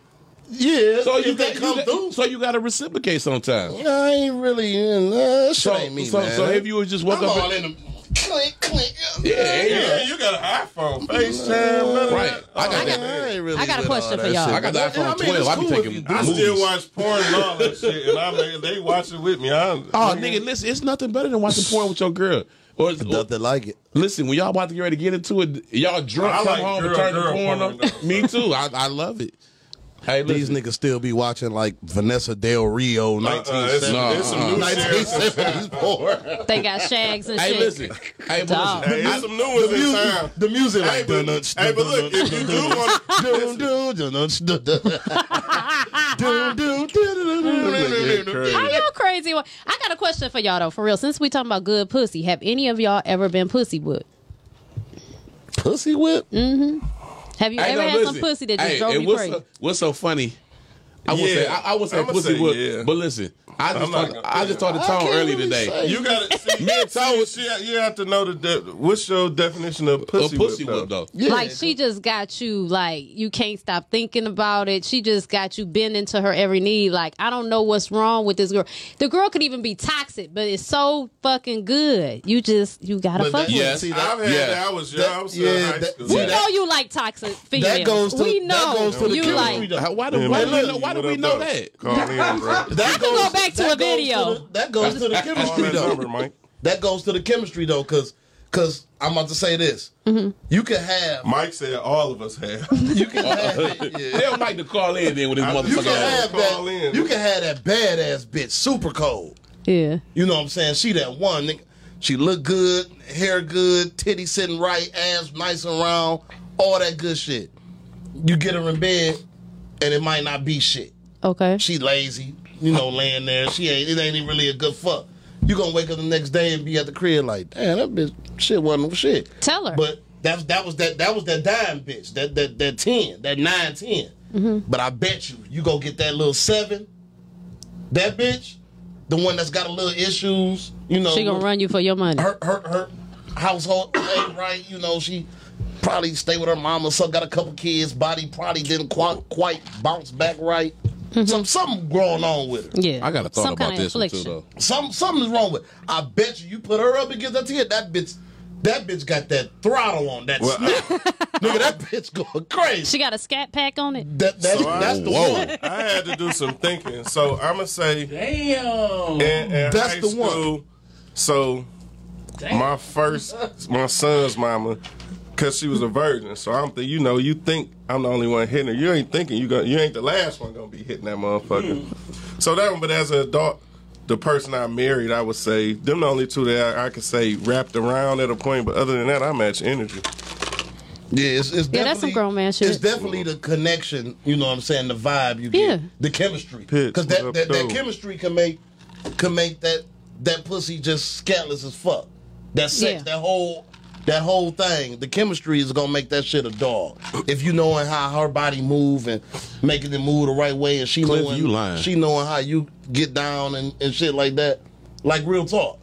Speaker 1: yeah,
Speaker 3: So you
Speaker 1: if they
Speaker 3: got,
Speaker 1: come
Speaker 3: you
Speaker 1: through.
Speaker 3: got, so you got to reciprocate sometimes.
Speaker 1: I ain't really in that. Shit
Speaker 3: So,
Speaker 1: ain't me,
Speaker 3: so,
Speaker 1: man.
Speaker 3: so if you was just woke
Speaker 1: I'm
Speaker 3: up,
Speaker 1: all
Speaker 3: and-
Speaker 1: in the click, click.
Speaker 3: yeah, yeah.
Speaker 2: Yeah, you got an iPhone, FaceTime, none of
Speaker 3: Right.
Speaker 2: that.
Speaker 1: I got,
Speaker 4: got-
Speaker 1: I ain't really
Speaker 4: I got a
Speaker 1: with all
Speaker 4: question
Speaker 1: that
Speaker 4: for y'all.
Speaker 1: shit.
Speaker 3: I got the
Speaker 1: And
Speaker 3: iPhone
Speaker 1: mean,
Speaker 3: 12.
Speaker 1: it's
Speaker 3: I be
Speaker 1: cool if you
Speaker 3: taking
Speaker 1: do
Speaker 2: I
Speaker 1: it.
Speaker 2: still watch porn and all that shit, and I mean, they watch it with me. I,
Speaker 3: Oh, nigga, listen, it's nothing better
Speaker 1: <laughs>
Speaker 3: than watching porn with your girl. Or, or
Speaker 1: Nothing like it.
Speaker 3: listen, when y'all about to get ready to get into it, y'all drunk,
Speaker 2: I
Speaker 3: come
Speaker 2: like
Speaker 3: home,
Speaker 2: girl-
Speaker 3: and turn
Speaker 2: girl
Speaker 3: the porn
Speaker 2: porn,
Speaker 3: on.
Speaker 2: though.
Speaker 3: Me too. I, I love it. Hey,
Speaker 1: These
Speaker 3: listen, Uh,
Speaker 1: niggas still be watching like Vanessa Del Rio,
Speaker 2: Uh, it's,
Speaker 3: Nah,
Speaker 1: 1970s,
Speaker 2: it's some new series.
Speaker 1: 1974.
Speaker 4: They got shags and
Speaker 3: Hey,
Speaker 4: shit.
Speaker 3: listen. Hey, but
Speaker 4: Dog.
Speaker 3: listen.
Speaker 2: Hey, it's some new ones in town.
Speaker 1: The music,
Speaker 2: Hey,
Speaker 1: like
Speaker 2: but, hey, but look, if you do want
Speaker 1: Doom, doom, doom, doom, doom, doom, doom, Mm. doom, doom, doom.
Speaker 4: Are y'all crazy? Well, I got a question for y'all though, for real. Since we talking about good pussy, have any of y'all ever been pussy whipped?
Speaker 1: Pussy whip?
Speaker 4: Have you
Speaker 3: Hey,
Speaker 4: ever
Speaker 3: no,
Speaker 4: had some
Speaker 3: listen.
Speaker 4: pussy that just
Speaker 3: Hey,
Speaker 4: drove
Speaker 3: and
Speaker 4: you
Speaker 3: what's
Speaker 4: crazy?
Speaker 3: So, what's so funny? I would
Speaker 2: Yeah.
Speaker 3: say I, I would say
Speaker 2: I'ma
Speaker 3: pussy
Speaker 2: say
Speaker 3: would,
Speaker 2: yeah.
Speaker 3: but listen, I just
Speaker 2: I'm not
Speaker 3: talked,
Speaker 2: gonna-
Speaker 3: I just talked to Tom
Speaker 1: can't
Speaker 3: earlier
Speaker 1: really
Speaker 3: today.
Speaker 1: say.
Speaker 2: You gotta see. Me and Tom, she, you have to know the de- what's your definition of
Speaker 3: A
Speaker 2: pussy,
Speaker 3: pussy
Speaker 2: whip,
Speaker 3: whip though.
Speaker 1: Yeah.
Speaker 4: like she just got you like you can't stop thinking about it. She just got you bending to her every need. Like I don't know what's wrong with this girl. The girl could even be toxic, but it's so fucking good. You just you gotta
Speaker 1: But
Speaker 4: fuck
Speaker 1: that-
Speaker 4: with.
Speaker 3: Yes.
Speaker 4: it.
Speaker 1: See, that-
Speaker 2: I've had
Speaker 3: Yeah.
Speaker 2: that. I was young. I was still
Speaker 1: Yeah,
Speaker 2: in high
Speaker 1: that-
Speaker 2: school.
Speaker 1: see,
Speaker 4: We
Speaker 1: that-
Speaker 4: know you like toxic females.
Speaker 1: goes to-
Speaker 4: we
Speaker 1: that
Speaker 4: know
Speaker 1: goes to the
Speaker 4: you
Speaker 1: chemistry
Speaker 4: like.
Speaker 1: though.
Speaker 3: How- Why do
Speaker 2: Man,
Speaker 3: why
Speaker 2: look,
Speaker 3: do we know, why do
Speaker 2: what
Speaker 3: we
Speaker 2: up,
Speaker 3: know
Speaker 2: though? <laughs>
Speaker 3: that?
Speaker 2: Call in, bro.
Speaker 3: <laughs>
Speaker 1: That
Speaker 4: can
Speaker 1: goes
Speaker 4: go back to
Speaker 1: that
Speaker 4: a
Speaker 1: goes
Speaker 4: video.
Speaker 1: the- that goes to the
Speaker 2: Call
Speaker 1: chemistry
Speaker 2: that
Speaker 1: though.
Speaker 2: number, Mike.
Speaker 1: That goes to the chemistry though, because because I'm about to say this.
Speaker 4: Mm-hmm.
Speaker 1: You can have
Speaker 2: Mike said all of us
Speaker 3: <laughs>
Speaker 2: have.
Speaker 1: you can have yeah. <laughs>
Speaker 3: Tell Mike to call in then with his
Speaker 2: I- you
Speaker 1: you
Speaker 3: motherfucking
Speaker 1: can
Speaker 2: Yeah.
Speaker 3: ass.
Speaker 1: have
Speaker 2: Call
Speaker 1: that
Speaker 2: in.
Speaker 1: you can have that badass bitch super cold.
Speaker 4: Yeah.
Speaker 1: You know what I'm saying? She that one nigga. She look good, hair good, titty sitting right, ass nice and round, all that good shit. You get her in bed, and it might not be shit.
Speaker 4: Okay.
Speaker 1: She lazy, you know, laying there. She ain't. It ain't even really a good fuck. You gonna wake up the next day and be at the crib like, damn, that bitch shit wasn't no shit.
Speaker 4: Tell her.
Speaker 1: But that's that was that that was that dime bitch. That that that ten, that nine ten.
Speaker 4: Mm-hmm.
Speaker 1: But I bet you you gonna get that little seven. That bitch, the one that's got a little issues, you know.
Speaker 4: she gonna run you for your money.
Speaker 1: her her her household ain't right, you know, she probably stay with her mama, so got a couple kids, body probably didn't quite, quite bounce back right. Some something going on with her.
Speaker 4: yeah.
Speaker 3: I got a thought
Speaker 4: Some
Speaker 3: about
Speaker 4: kind of
Speaker 3: this one too
Speaker 4: affliction.
Speaker 3: though.
Speaker 1: Some something's wrong with. I bet you you put her up against that kid. That bitch, that bitch got that throttle on that
Speaker 2: <laughs> Well,
Speaker 1: snap. Nigga, that bitch going crazy.
Speaker 4: She got a scat pack on it.
Speaker 1: That, that,
Speaker 2: So I-
Speaker 1: that's the
Speaker 3: Whoa.
Speaker 1: one.
Speaker 2: I had to do some thinking, so I'm gonna say in,
Speaker 5: Damn.
Speaker 2: in
Speaker 1: That's
Speaker 2: high
Speaker 1: the one.
Speaker 2: school. So my first, my son's mama, cause she was a virgin. So I'm thinking, you know, you think I'm the only one hitting her. You ain't thinking you going you ain't the last one gonna be hitting that motherfucker.
Speaker 3: Hmm.
Speaker 2: So that one, but as an adult, the person I married, I would say them the only two that I, I could say wrapped around at a point. But other than that, I match energy.
Speaker 1: Yeah, it's, it's
Speaker 4: Yeah, that's some
Speaker 1: definitely-
Speaker 4: grown man
Speaker 1: It's
Speaker 4: shit.
Speaker 1: definitely the connection. You know what I'm saying? The vibe you
Speaker 4: Yeah.
Speaker 1: get, the chemistry,
Speaker 2: Pitch,
Speaker 1: because
Speaker 2: what
Speaker 1: that,
Speaker 2: up,
Speaker 1: that, that
Speaker 2: though?
Speaker 1: chemistry can make can make that that pussy just scandalous as fuck. That sex,
Speaker 4: Yeah.
Speaker 1: that whole that whole thing, the chemistry is gonna make that shit a dog. If you knowing how her body move and making it move the right way, and she
Speaker 3: Cliff,
Speaker 1: knowing
Speaker 3: you lying.
Speaker 1: she knowing how you get down and, and shit like that, like real talk.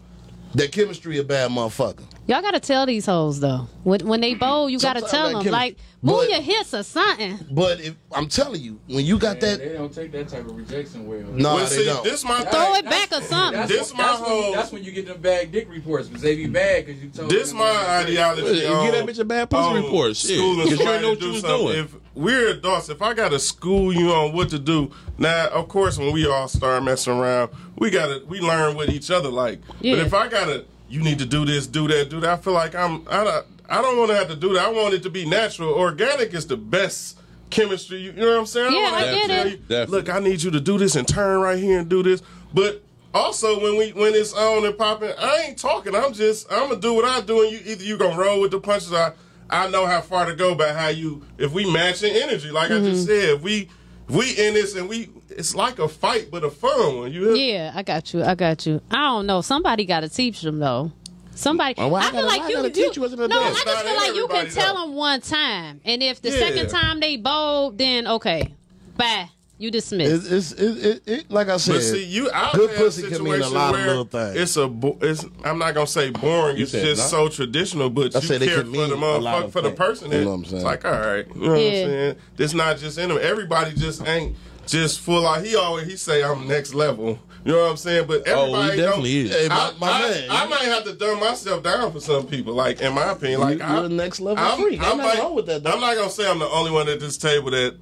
Speaker 1: That chemistry a bad motherfucker.
Speaker 4: Y'all gotta tell these hoes though. When, when they bowl, you gotta
Speaker 1: Sometimes
Speaker 4: tell
Speaker 1: that
Speaker 4: them.
Speaker 1: chemi-
Speaker 4: Like, move
Speaker 1: but-
Speaker 4: your hips or something.
Speaker 1: But if, I'm telling you, when you got
Speaker 5: Man,
Speaker 1: that,
Speaker 5: They don't take that type of rejection well.
Speaker 1: no,
Speaker 2: Well,
Speaker 1: they
Speaker 2: see,
Speaker 1: don't.
Speaker 2: this my
Speaker 4: Throw
Speaker 2: thing.
Speaker 4: it back or something.
Speaker 5: That's,
Speaker 2: This my
Speaker 5: that's, when,
Speaker 2: whole-
Speaker 5: you- that's when you get them bad dick reports because they be bad because you told
Speaker 2: This
Speaker 5: them
Speaker 2: my ideology.
Speaker 3: You
Speaker 2: on-
Speaker 3: get that bitch a bad pussy
Speaker 2: on
Speaker 3: report, shit.
Speaker 2: schooling
Speaker 3: 'Cause you ain't
Speaker 2: somebody
Speaker 3: know what
Speaker 2: to
Speaker 3: you
Speaker 2: do
Speaker 3: was
Speaker 2: something.
Speaker 3: doing.
Speaker 2: If we're adults, if I gotta school you on what to do, now of course when we all start messing around, we gotta we learn with each other. Like,
Speaker 4: Yeah.
Speaker 2: but if I gotta, you need to do this, do that, do that. I feel like I'm I don't I don't want to have to do that. I want it to be natural. Organic is the best chemistry. You, you know what I'm saying?
Speaker 4: Yeah,
Speaker 2: don't
Speaker 4: I
Speaker 2: wanna have to
Speaker 4: get
Speaker 2: tell
Speaker 4: it.
Speaker 2: you,
Speaker 3: Definitely.
Speaker 2: Look, I need you to do this and turn right here and do this. But also when we when it's on and popping, I ain't talking. I'm just I'm gonna do what I do, and you either you gonna roll with the punches. I I know how far to go, but how you if we matching energy, like I just said, if we if we in this and we it's like a fight, but a fun one. You hear?
Speaker 4: Yeah, I got you. I got you. I don't know. Somebody gotta teach them though. Somebody.
Speaker 3: Well, why
Speaker 4: I,
Speaker 3: I
Speaker 4: feel
Speaker 3: gotta- why
Speaker 4: like
Speaker 3: I
Speaker 4: you
Speaker 3: gotta
Speaker 4: can
Speaker 3: teach you as an
Speaker 4: No,
Speaker 3: adult?
Speaker 4: I just
Speaker 2: Not
Speaker 4: feel like you can
Speaker 2: everybody,
Speaker 4: tell
Speaker 2: though.
Speaker 4: them one time, and if the
Speaker 2: Yeah.
Speaker 4: second time they bowl, then okay, bye. You dismissed.
Speaker 1: It's, it's it, it, it like I said.
Speaker 2: But see, you I've
Speaker 1: good
Speaker 2: had
Speaker 1: pussy can mean a
Speaker 2: situations
Speaker 1: lot of
Speaker 2: where
Speaker 1: little things.
Speaker 2: It's a bo- it's I'm not gonna say boring.
Speaker 3: You
Speaker 2: It's
Speaker 3: said
Speaker 2: just
Speaker 3: not.
Speaker 2: so traditional, but
Speaker 1: I
Speaker 2: you
Speaker 1: said it
Speaker 2: care for
Speaker 1: can mean a
Speaker 2: the
Speaker 1: lot
Speaker 2: motherfucker
Speaker 1: of
Speaker 2: for the
Speaker 1: things.
Speaker 2: person.
Speaker 1: You
Speaker 2: that-
Speaker 1: know what I'm saying?
Speaker 2: It's like all right, you know what I'm
Speaker 4: Yeah.
Speaker 2: saying. It's not just in him. Everybody just ain't just full out. He always he say I'm next level. You know what I'm saying? But everybody
Speaker 3: Oh, he definitely
Speaker 2: don't,
Speaker 3: is.
Speaker 1: Hey,
Speaker 2: I,
Speaker 1: my, my
Speaker 2: I-
Speaker 1: man,
Speaker 2: I might have to dumb myself down for some people. Like in my opinion, like
Speaker 1: you,
Speaker 2: I,
Speaker 1: are the next level
Speaker 2: I'm,
Speaker 1: freak.
Speaker 2: I'm
Speaker 1: Ain't
Speaker 2: like,
Speaker 1: nothing wrong with that.
Speaker 2: I'm
Speaker 1: Though.
Speaker 2: not gonna say I'm the only one at this table that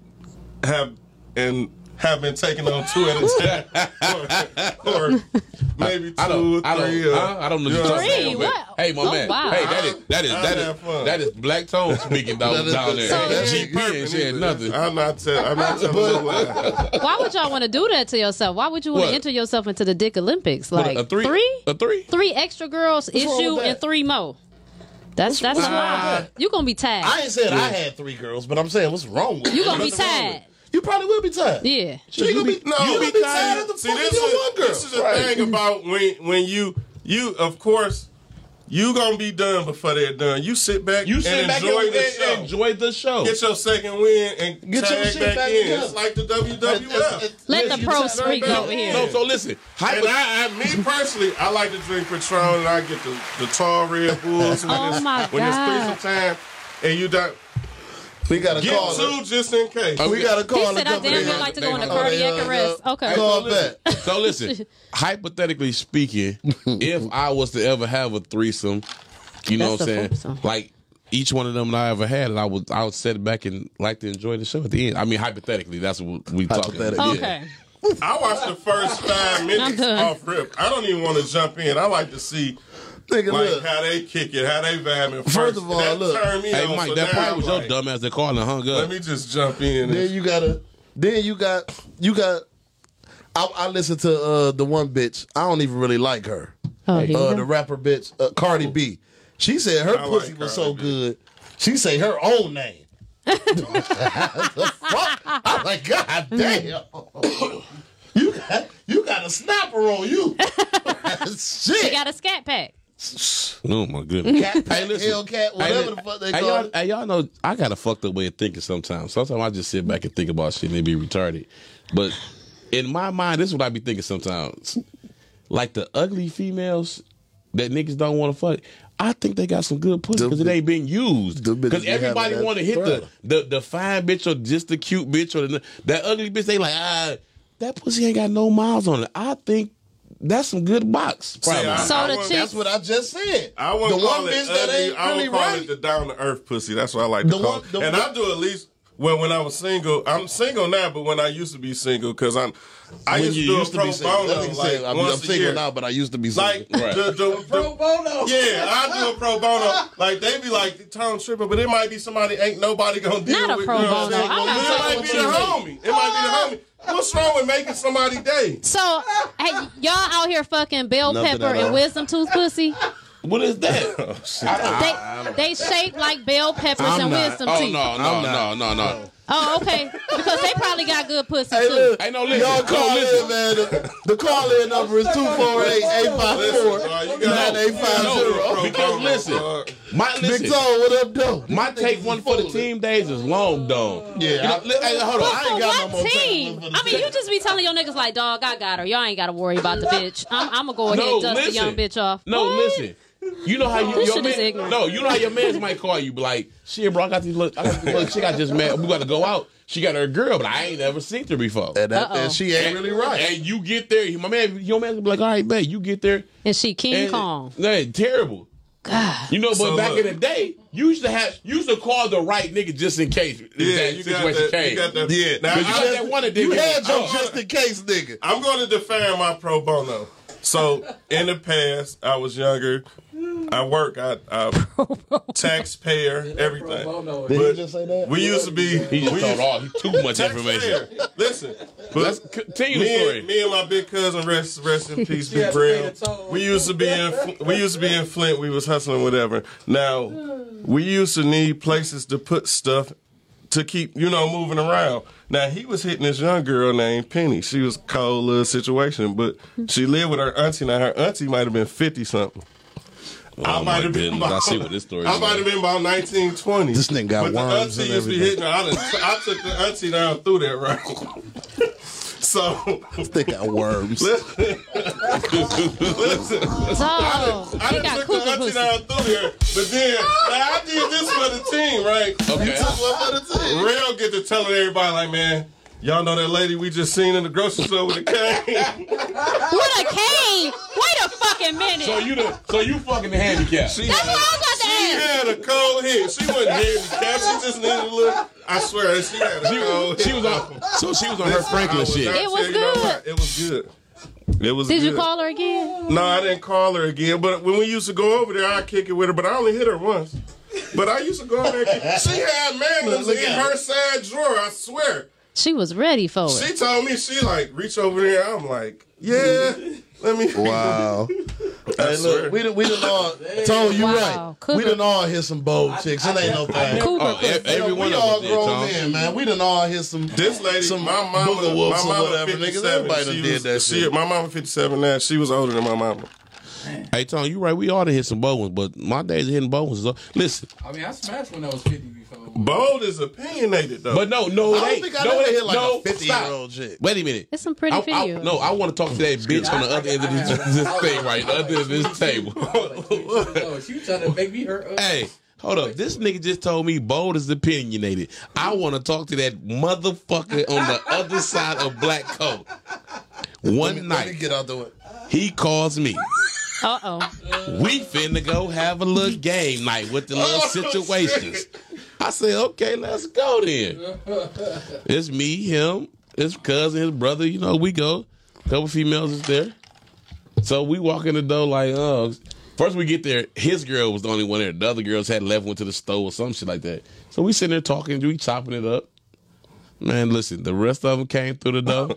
Speaker 2: have and have been taking on two at
Speaker 3: <laughs>
Speaker 2: a time, or, or maybe two
Speaker 3: I don't,
Speaker 2: or
Speaker 3: I
Speaker 2: three.
Speaker 3: don't,
Speaker 2: uh,
Speaker 3: I, I don't know.
Speaker 2: you know
Speaker 3: what you're
Speaker 2: what I'm
Speaker 4: Three?
Speaker 3: saying,
Speaker 2: saying?
Speaker 3: but-
Speaker 4: Wow.
Speaker 3: Hey, my
Speaker 4: Oh,
Speaker 3: man.
Speaker 4: wow.
Speaker 3: Hey, that is that is
Speaker 2: I
Speaker 3: that
Speaker 2: had
Speaker 3: is
Speaker 2: fun.
Speaker 3: that is black tone speaking
Speaker 1: That
Speaker 3: down,
Speaker 1: is-
Speaker 3: down there.
Speaker 4: So-
Speaker 3: Ain't
Speaker 1: That's-
Speaker 3: GP ain't saying nothing.
Speaker 2: I'm not telling. I'm not telling no lie.
Speaker 4: Why would y'all want to do that to yourself? Why would you want to
Speaker 3: What?
Speaker 4: enter yourself into the Dick Olympics?
Speaker 3: What,
Speaker 4: Like
Speaker 3: a three,
Speaker 4: three?
Speaker 3: a three.
Speaker 4: three extra girls
Speaker 1: wrong
Speaker 4: issue
Speaker 1: with that?
Speaker 4: and three more. That's that's
Speaker 1: what's wrong
Speaker 4: why
Speaker 1: with
Speaker 4: you gonna be tired.
Speaker 1: I ain't saying I had three girls, but I'm saying what's wrong with
Speaker 4: you
Speaker 1: it?
Speaker 4: gonna be
Speaker 1: Nothing wrong with
Speaker 4: tired.
Speaker 1: it. You probably will be tired.
Speaker 4: Yeah.
Speaker 1: So you, gonna be,
Speaker 2: No,
Speaker 1: you gonna be tired of the
Speaker 2: See,
Speaker 1: fucking
Speaker 2: this
Speaker 1: your
Speaker 2: is-
Speaker 1: one girl.
Speaker 2: This is the
Speaker 1: Right.
Speaker 2: thing about when when you you of course you gonna be done before they're done. You sit back.
Speaker 3: You
Speaker 2: and
Speaker 3: sit back
Speaker 2: enjoy
Speaker 3: and,
Speaker 2: the
Speaker 3: and-
Speaker 2: show.
Speaker 3: and enjoy the show.
Speaker 2: Get your second win and
Speaker 1: Get
Speaker 2: tag
Speaker 1: your shit
Speaker 2: back,
Speaker 1: back
Speaker 2: in.
Speaker 1: together.
Speaker 2: It's like the
Speaker 1: It's- it's-
Speaker 2: WWF.
Speaker 1: it's-
Speaker 4: Let
Speaker 1: listen,
Speaker 4: the
Speaker 1: you
Speaker 4: pros
Speaker 1: tired of
Speaker 4: freak
Speaker 1: that?
Speaker 4: over here.
Speaker 3: no, so listen.
Speaker 2: And
Speaker 3: Hyper-
Speaker 2: I, I, me personally, I like to drink Patron, and I get the, the tall Red Bulls when,
Speaker 4: Oh
Speaker 2: it's,
Speaker 4: my
Speaker 2: when it's threesome
Speaker 4: God.
Speaker 2: time, and you don't
Speaker 1: We gotta
Speaker 2: get
Speaker 1: call
Speaker 2: two
Speaker 1: it.
Speaker 2: just in case.
Speaker 1: We gotta
Speaker 4: He
Speaker 1: call it.
Speaker 4: said I damn near
Speaker 3: they-
Speaker 4: like to
Speaker 3: they
Speaker 4: go on a
Speaker 3: gonna-
Speaker 4: cardiac arrest. Okay.
Speaker 1: Call
Speaker 3: listen,
Speaker 1: back.
Speaker 3: So listen, hypothetically speaking, if I was to ever have a threesome, you know what
Speaker 4: That's a
Speaker 3: I'm saying?
Speaker 4: threesome.
Speaker 3: Like each one of them that I ever had, and I would I would sit back and like to enjoy the show at the end. I mean, hypothetically, that's what we talking. about.
Speaker 1: Hypothetically.
Speaker 4: Okay.
Speaker 2: I watched the first five
Speaker 4: I'm
Speaker 2: minutes
Speaker 4: done.
Speaker 2: off rip. I don't even want to jump in. I like to see
Speaker 1: Nigga,
Speaker 2: like
Speaker 1: look.
Speaker 2: how they kick it, how they vibing. First,
Speaker 1: First of all,
Speaker 2: that
Speaker 1: look.
Speaker 2: turned me
Speaker 3: Hey,
Speaker 2: on,
Speaker 3: Mike,
Speaker 2: so
Speaker 3: that
Speaker 2: now
Speaker 3: probably
Speaker 2: I'm
Speaker 3: was
Speaker 2: like,
Speaker 3: your dumb ass that called and hung up.
Speaker 2: Let me just jump in.
Speaker 1: Then
Speaker 2: And,
Speaker 1: you gotta. Then you got. You got. I, I listen to uh, the one bitch. I don't even really like her.
Speaker 4: Oh, here you
Speaker 1: uh,
Speaker 4: go.
Speaker 1: the rapper bitch uh, Cardi B. She said her
Speaker 2: I like
Speaker 1: pussy was so
Speaker 2: Cardi B.
Speaker 1: good. She say her own
Speaker 4: <laughs>
Speaker 1: name. the fuck? I'm like, God
Speaker 4: Mm.
Speaker 1: damn. you got you got a snapper on
Speaker 4: <laughs>
Speaker 1: you.
Speaker 4: You
Speaker 1: Shit.
Speaker 4: got a scat pack.
Speaker 3: oh my goodness.
Speaker 1: Cat,
Speaker 3: Hey, listen.
Speaker 1: Hellcat, whatever the fuck they
Speaker 3: hey,
Speaker 1: call
Speaker 3: y'all,
Speaker 1: it.
Speaker 3: hey, y'all know I got a fucked up way of thinking sometimes. Sometimes I just sit back and think about shit and it be retarded. But in my mind, this is what I be thinking sometimes. Like the ugly females that niggas don't want to fuck. I think they got some good pussy because it ain't been used.
Speaker 1: them bitches
Speaker 3: Because
Speaker 1: be having
Speaker 3: everybody
Speaker 1: that
Speaker 3: want to hit the,
Speaker 1: thriller.
Speaker 3: the the fine bitch or just the cute bitch or the, that ugly bitch. They like ah, that pussy ain't got no miles on it. I think that's some good box. Probably.
Speaker 2: I-
Speaker 4: So the
Speaker 2: want-
Speaker 1: That's
Speaker 4: chicks
Speaker 1: what I just said.
Speaker 2: I
Speaker 1: the
Speaker 2: wouldn't
Speaker 1: one
Speaker 2: call
Speaker 1: bitch
Speaker 2: it
Speaker 1: that
Speaker 2: ugly.
Speaker 1: ain't
Speaker 2: I
Speaker 1: really
Speaker 2: would call
Speaker 1: right.
Speaker 2: it the down to earth pussy. That's what I like to
Speaker 1: The
Speaker 2: call
Speaker 1: one-
Speaker 2: it.
Speaker 1: the
Speaker 2: and
Speaker 1: one-
Speaker 2: I do at least well when I was single. I'm single now, but when I used to be single, because I'm I
Speaker 1: when
Speaker 2: used to
Speaker 1: you
Speaker 2: do
Speaker 1: used
Speaker 2: a
Speaker 1: to
Speaker 2: pro
Speaker 1: be single,
Speaker 2: bono
Speaker 1: that's what I'm
Speaker 2: like
Speaker 1: saying. I'm, I'm
Speaker 2: once a
Speaker 1: single
Speaker 2: year.
Speaker 1: now, but I used to be single.
Speaker 2: Like the, the,
Speaker 5: Pro
Speaker 2: the
Speaker 5: bono.
Speaker 2: yeah, I do a pro bono. Like they be like Tom Tripper, but it might be somebody ain't nobody gonna deal
Speaker 4: Not a
Speaker 2: with.
Speaker 4: pro
Speaker 2: you know what
Speaker 4: bono.
Speaker 2: saying?
Speaker 4: I'm
Speaker 2: It might
Speaker 4: not fucking
Speaker 2: be
Speaker 4: with
Speaker 2: the
Speaker 4: you.
Speaker 2: homie. It might be the homie. What's wrong with making somebody day?
Speaker 4: So, hey, y'all out here fucking bell
Speaker 1: Nothing
Speaker 4: pepper
Speaker 1: at all.
Speaker 4: and wisdom tooth pussy?
Speaker 3: What is that?
Speaker 4: They they shaped like bell peppers and wisdom
Speaker 3: Oh
Speaker 4: teeth.
Speaker 3: no, no, no, no, no.
Speaker 4: Oh, okay. Because they probably got good pussy
Speaker 1: Hey,
Speaker 4: too.
Speaker 1: look,
Speaker 3: Ain't no listen.
Speaker 1: y'all
Speaker 3: Y'all
Speaker 1: call in,
Speaker 3: listen.
Speaker 1: man. The, the call in number is
Speaker 2: Listen,
Speaker 1: 248-854.
Speaker 2: dog, you
Speaker 1: Nine
Speaker 2: gotta-
Speaker 1: eight five zero.
Speaker 2: pro
Speaker 1: <laughs>
Speaker 3: Because
Speaker 2: bono,
Speaker 3: listen.
Speaker 2: dog.
Speaker 3: My
Speaker 1: Big
Speaker 3: listen.
Speaker 1: Toe, what up, though?
Speaker 3: My take one for the team days is long done.
Speaker 1: Yeah,
Speaker 3: You know,
Speaker 1: I-
Speaker 3: li- hey, hold on.
Speaker 4: But
Speaker 3: I
Speaker 4: for
Speaker 3: ain't got
Speaker 4: what
Speaker 3: no more
Speaker 4: team? I mean, you just be telling your niggas like, dog, I got her. Y'all ain't got to worry about the bitch. I'm, I'm gonna go ahead
Speaker 3: No,
Speaker 4: and dust the young
Speaker 3: listen.
Speaker 4: bitch off.
Speaker 3: No,
Speaker 4: What?
Speaker 3: listen. You know how you,
Speaker 4: This
Speaker 3: your
Speaker 4: shit is
Speaker 3: man,
Speaker 4: ignorant.
Speaker 3: no, you know how your man's might call you, be like, shit, bro, I got these little, I got this little chick I just met. We got to go out. She got her girl, but I ain't ever seen her before.
Speaker 1: And, that,
Speaker 4: Uh-oh.
Speaker 1: and she ain't really right.
Speaker 3: And you get there, my man, your man's gonna be like, all right, babe, you get there.
Speaker 4: And she King
Speaker 3: and-
Speaker 4: Kong.
Speaker 3: Yeah, terrible.
Speaker 4: God.
Speaker 3: You know, but
Speaker 2: So,
Speaker 3: back
Speaker 2: look.
Speaker 3: in the day, you used to have, you used to call the right nigga just in case
Speaker 2: Yeah,
Speaker 3: that
Speaker 2: you got
Speaker 3: situation
Speaker 2: that.
Speaker 3: came.
Speaker 2: You got that.
Speaker 1: Yeah.
Speaker 2: Now,
Speaker 3: But you
Speaker 2: I-
Speaker 3: got that one that did
Speaker 1: You
Speaker 3: get-
Speaker 1: had your
Speaker 2: I-
Speaker 1: just in case, nigga.
Speaker 2: I'm going to defend my pro bono. So in the past, I was younger. I work. I, I taxpayer.
Speaker 5: Pro
Speaker 2: Everything.
Speaker 5: bono.
Speaker 1: Did he
Speaker 2: But
Speaker 1: just say that?
Speaker 2: We used to be.
Speaker 3: He just told all too much information.
Speaker 2: Taxpayer. Listen,
Speaker 3: Let's
Speaker 2: but
Speaker 3: continue the
Speaker 2: me
Speaker 3: story.
Speaker 2: and, me and my big cousin, rest rest in peace,
Speaker 5: Yeah,
Speaker 2: Big Brown.
Speaker 5: potato toe.
Speaker 2: We used to be in Fl- we used to be in Flint. We was hustling whatever. Now we used to need places to put stuff to keep you know moving around. Now he was hitting this young girl named Penny. She was cold little situation, but she lived with her auntie. Now her auntie might have been fifty something.
Speaker 3: Oh, my goodness. I see what this story
Speaker 2: I
Speaker 3: is
Speaker 2: might have been about 1920.
Speaker 1: This nigga got
Speaker 2: but the
Speaker 1: worms
Speaker 2: auntie
Speaker 1: and
Speaker 2: used to be
Speaker 1: everything.
Speaker 2: hitting her. I, done, I took the auntie down through that route. <laughs> so
Speaker 1: They got worms.
Speaker 2: listen,
Speaker 4: Dog.
Speaker 2: I
Speaker 4: She
Speaker 2: done
Speaker 4: got
Speaker 2: took the
Speaker 4: cougar
Speaker 2: auntie
Speaker 4: pussy.
Speaker 2: down through there, but then now I did this for the team, right?
Speaker 3: Okay.
Speaker 2: Real get to telling everybody like, man, y'all know that lady we just seen in the grocery store with a cane.
Speaker 4: With a cane. Wait a fucking minute.
Speaker 3: So you the, so you fucking the
Speaker 2: <laughs>
Speaker 3: handicap.
Speaker 2: She
Speaker 4: That's what I was about to
Speaker 2: She
Speaker 4: ask.
Speaker 2: had a cold head. She wasn't handicapped. She just needed a little. I swear, she had a cold head.
Speaker 3: She was on, so she was
Speaker 2: <laughs>
Speaker 3: on her Franklin shit.
Speaker 4: It was good.
Speaker 2: It was good. It was
Speaker 4: Did
Speaker 2: good.
Speaker 4: you call her again?
Speaker 2: No, I didn't call her again. But when we used to go over there, I'd kick it with her. But I only hit her once. But I used to go over there. She had mandibles in her side drawer. I swear.
Speaker 4: She was ready for it.
Speaker 2: She told me she like reach over there. I'm like, yeah. Let me.
Speaker 1: Wow.
Speaker 2: <laughs>
Speaker 1: Hey, look, we done, we done all. Tone, you
Speaker 4: Wow,
Speaker 1: right. We
Speaker 4: cougar.
Speaker 1: done all hit some bold chicks. It ain't no thing.
Speaker 4: Cougar
Speaker 3: Oh, e-
Speaker 4: pussy.
Speaker 3: every one
Speaker 1: we
Speaker 3: of
Speaker 1: all
Speaker 3: us did,
Speaker 1: grown
Speaker 3: Tom.
Speaker 1: men, man. We done all hit some.
Speaker 2: This lady,
Speaker 1: some
Speaker 2: my mama,
Speaker 1: Booger Wolfs
Speaker 2: my mama
Speaker 1: or whatever, niggas.
Speaker 2: 57,
Speaker 1: Everybody done
Speaker 2: she
Speaker 1: did
Speaker 2: was-
Speaker 1: that
Speaker 2: she-
Speaker 1: shit.
Speaker 2: My mama 57 now. She was older than my mama.
Speaker 3: Hey, Tom, you right. We ought to hit some bow ones, but my days of hitting bow ones is up. Listen,
Speaker 5: I mean, I smashed when I was 50 before.
Speaker 2: Bold is opinionated though.
Speaker 3: but no, no,
Speaker 1: I
Speaker 3: it
Speaker 1: don't
Speaker 3: ain't.
Speaker 1: think I
Speaker 3: no,
Speaker 1: never
Speaker 3: it ain't.
Speaker 1: hit like
Speaker 3: no,
Speaker 1: a 50
Speaker 3: stop.
Speaker 1: year old chick.
Speaker 3: Wait a minute.
Speaker 4: It's some pretty
Speaker 3: I, I,
Speaker 4: videos.
Speaker 3: Oh, no, I want to talk to that bitch on the other end of this, this thing right, the other end of this table. <laughs>
Speaker 5: Oh, she was trying to make me hurt. Up.
Speaker 3: hey, hold up. This nigga just told me bold is opinionated. I want to talk to that motherfucker on the other side of black coat. One
Speaker 1: Let me
Speaker 3: night,
Speaker 1: get out the way.
Speaker 3: he calls me.
Speaker 4: Uh oh.
Speaker 3: We finna go have a little game night with the little
Speaker 2: Oh,
Speaker 3: situations. I said, okay, let's go then. It's me, him, his cousin, his brother. You know, we go. Couple females is there. So we walk in the door like, oh. First we get there, his girl was the only one there. The other girls had left, went to the store or some shit like that. So we sitting there talking, we chopping it up. Man, listen, the rest of them came through the door.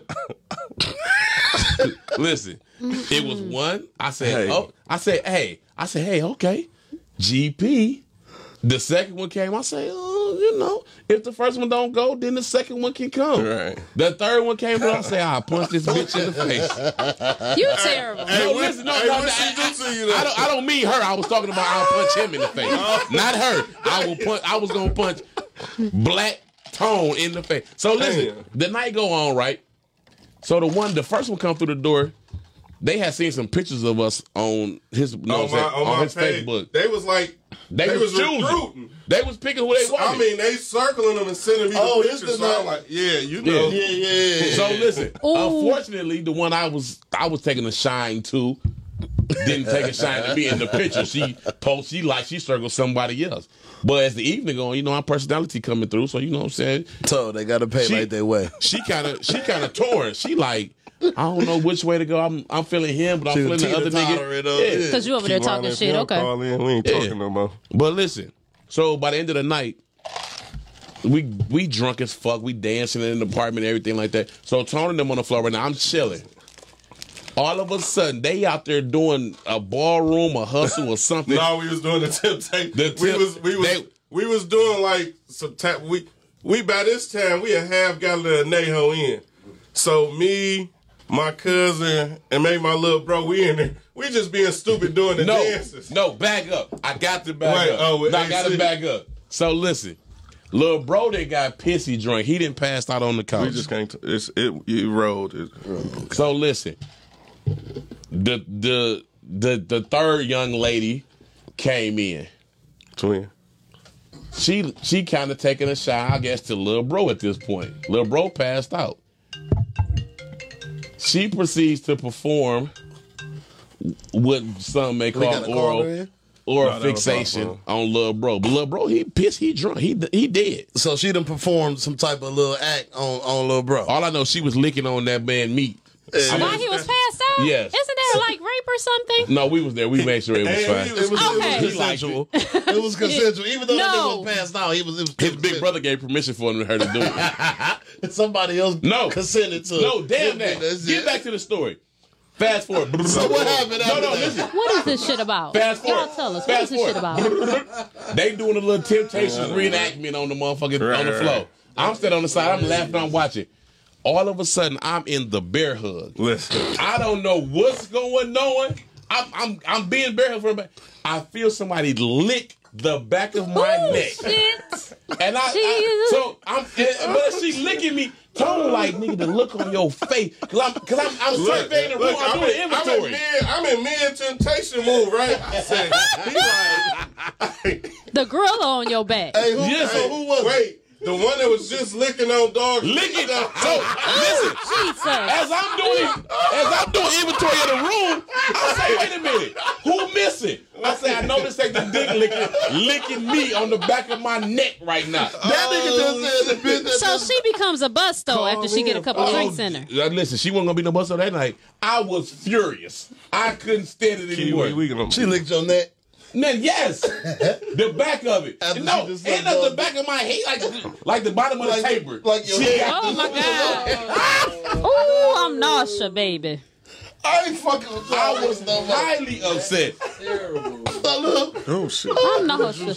Speaker 3: listen, it was one. I said,
Speaker 2: Hey.
Speaker 3: oh, I said, hey, I said, hey, okay, GP. The second one came. I say, oh, you know, if the first one don't go, then the second one can come.
Speaker 2: Right.
Speaker 3: The third one came, but I say, I punch
Speaker 2: <laughs>
Speaker 3: this bitch in the face.
Speaker 4: You terrible.
Speaker 2: Hey,
Speaker 3: No,
Speaker 2: what-
Speaker 3: listen, no,
Speaker 2: hey,
Speaker 3: no,
Speaker 2: what
Speaker 3: no,
Speaker 2: she do to you?
Speaker 3: I don't, I don't mean her. I was talking about I'll punch him in the face,
Speaker 2: Oh.
Speaker 3: not her. I will punch. I was gonna punch black tone in the face. So listen,
Speaker 2: Damn.
Speaker 3: the night go on right. So the one, the first one come through the door. They had seen some pictures of us on his no,
Speaker 2: on my, on my
Speaker 3: his
Speaker 2: page,
Speaker 3: Facebook.
Speaker 2: They was like,
Speaker 3: They,
Speaker 2: they, was,
Speaker 3: was, choosing.
Speaker 2: recruiting.
Speaker 3: They was picking who they wanted.
Speaker 2: I mean, they circling them and sending me
Speaker 1: Oh,
Speaker 2: the
Speaker 1: this
Speaker 2: pictures.
Speaker 1: the
Speaker 2: so I'm
Speaker 1: night.
Speaker 2: like, yeah, you know.
Speaker 1: Yeah, yeah, yeah.
Speaker 3: So listen,
Speaker 4: Ooh.
Speaker 3: unfortunately, the one I was I was taking a shine to didn't take a shine to me in the picture. She post she like she circled somebody else. But as the evening going, you know, my personality coming through, so you know what I'm saying.
Speaker 1: So they gotta pay
Speaker 3: She-
Speaker 1: like they way.
Speaker 3: She kind of she kind of torn. She like, I don't know which way to go. I'm I'm feeling him, but I'm
Speaker 1: She
Speaker 3: feeling the
Speaker 1: teeter
Speaker 3: other nigga.
Speaker 1: totter it up.
Speaker 3: Yeah.
Speaker 1: Yeah.
Speaker 4: 'Cause you over there
Speaker 2: Keep
Speaker 4: talking
Speaker 2: lying. If
Speaker 4: shit.
Speaker 2: you don't
Speaker 4: Okay.
Speaker 2: Call in, we ain't
Speaker 3: Yeah.
Speaker 2: talking no more.
Speaker 3: But listen, so by the end of the night, we we drunk as fuck. We dancing in the apartment, and everything like that. So Tony and them on the floor right now. I'm chilling. All of a sudden, they out there doing a ballroom, a hustle, or
Speaker 2: <laughs>
Speaker 3: something.
Speaker 2: No, we was doing the tip tape.
Speaker 3: The
Speaker 2: we
Speaker 3: tip-
Speaker 2: was we was
Speaker 3: they-
Speaker 2: we was doing like some tap. We we by this time we had half got the Neho in. So me, my cousin, and maybe my little bro, we in there. We just being stupid doing the
Speaker 3: no,
Speaker 2: dances.
Speaker 3: no, back up. I got to back
Speaker 2: Wait,
Speaker 3: up.
Speaker 2: oh, with
Speaker 3: No, I got to
Speaker 2: AC.
Speaker 3: back up. So listen, little bro, they got pissy drunk. He didn't pass out on the couch.
Speaker 2: we just can't. T- it's it. You rolled. uh, It,
Speaker 3: So listen, the the the the third young lady came in.
Speaker 2: twin.
Speaker 3: She she kind of taking a shot, I guess, to little bro at this point. Little bro passed out. She proceeds to perform what some may
Speaker 1: We
Speaker 3: call
Speaker 1: got a caller
Speaker 3: oral
Speaker 1: in?
Speaker 3: or
Speaker 2: No, that was
Speaker 3: fixation
Speaker 2: awful.
Speaker 3: on little bro. But little bro, he pissed, he drunk, he he dead.
Speaker 1: So she done performed some type of little act on on little bro.
Speaker 3: All I know, she was licking on that man meat.
Speaker 1: Yeah.
Speaker 4: Why he was passed out?
Speaker 3: Yes.
Speaker 4: Isn't there like rape or something?
Speaker 3: No, we was there. We made sure it was
Speaker 2: And
Speaker 3: fine.
Speaker 2: he was-
Speaker 4: Okay.
Speaker 3: He liked it.
Speaker 1: It
Speaker 4: <laughs>
Speaker 1: was consensual, even though that
Speaker 4: No.
Speaker 1: nigga was passed out. He was, it was
Speaker 3: His big brother gave permission for him her to do it.
Speaker 1: brother. Somebody else
Speaker 3: No.
Speaker 1: consented to.
Speaker 3: No, damn that.
Speaker 1: That's
Speaker 3: Get
Speaker 1: it.
Speaker 3: back to the story. Fast forward.
Speaker 1: So <laughs> what happened?
Speaker 3: No,
Speaker 1: after
Speaker 3: no,
Speaker 1: that?
Speaker 3: listen.
Speaker 4: What is this shit about?
Speaker 3: Fast forward.
Speaker 4: Y'all tell us.
Speaker 3: Fast
Speaker 4: what is this shit
Speaker 3: forward.
Speaker 4: about?
Speaker 3: They doing a little temptation reenactment on the motherfucking
Speaker 2: Right,
Speaker 3: on the
Speaker 2: right,
Speaker 3: floor.
Speaker 2: right.
Speaker 3: I'm standing on the side. I'm laughing. I'm watching. All of a sudden, I'm in the bear hug.
Speaker 2: Listen.
Speaker 3: I don't know what's going on. I'm I'm I'm being bear hugged for a minute. I feel somebody lick the back of my
Speaker 4: Ooh,
Speaker 3: neck.
Speaker 4: Oh, shit.
Speaker 3: And I, I
Speaker 4: Jesus.
Speaker 3: so I'm and- but she licking me. Tone like nigga the look on your face. Cause I'm cause I'm I'm surveying the room.
Speaker 2: look,
Speaker 3: I'm,
Speaker 2: I'm
Speaker 3: doing the
Speaker 2: in
Speaker 3: inventory.
Speaker 2: mid. I'm in mid temptation move, right? I said, <laughs> he like,
Speaker 4: The gorilla on your back.
Speaker 1: Hey, who,
Speaker 3: Yes.
Speaker 1: hey, who was it?
Speaker 2: wait, the one that was just licking on dog.
Speaker 3: Lick it. So <laughs> listen,
Speaker 4: Jesus.
Speaker 3: as I'm doing as I'm doing inventory of the room, I say, wait a minute, who missing? I say, I noticed that the dick licking licking me on the back of my neck right now.
Speaker 1: That nigga just said the bitch. that <laughs>
Speaker 4: So
Speaker 1: just-
Speaker 4: she becomes a bus though after she get a couple drinks in her.
Speaker 3: Uh, Listen, she wasn't gonna be no bus up that night. I was furious. I couldn't stand it anymore.
Speaker 2: gonna.
Speaker 1: she licked your neck.
Speaker 3: Then yes, the back of it.
Speaker 1: After
Speaker 3: no,
Speaker 1: she just
Speaker 3: end
Speaker 1: let
Speaker 3: up
Speaker 1: go.
Speaker 3: the back of my head, like like the bottom of
Speaker 1: Like-
Speaker 3: the paper.
Speaker 1: like your-
Speaker 3: She got
Speaker 4: Oh my god. Ooh, I'm nausea, baby.
Speaker 1: I ain't fucking with you
Speaker 3: I was
Speaker 1: no more.
Speaker 3: highly upset.
Speaker 5: Terrible.
Speaker 2: Oh shit!
Speaker 4: I'm nausea.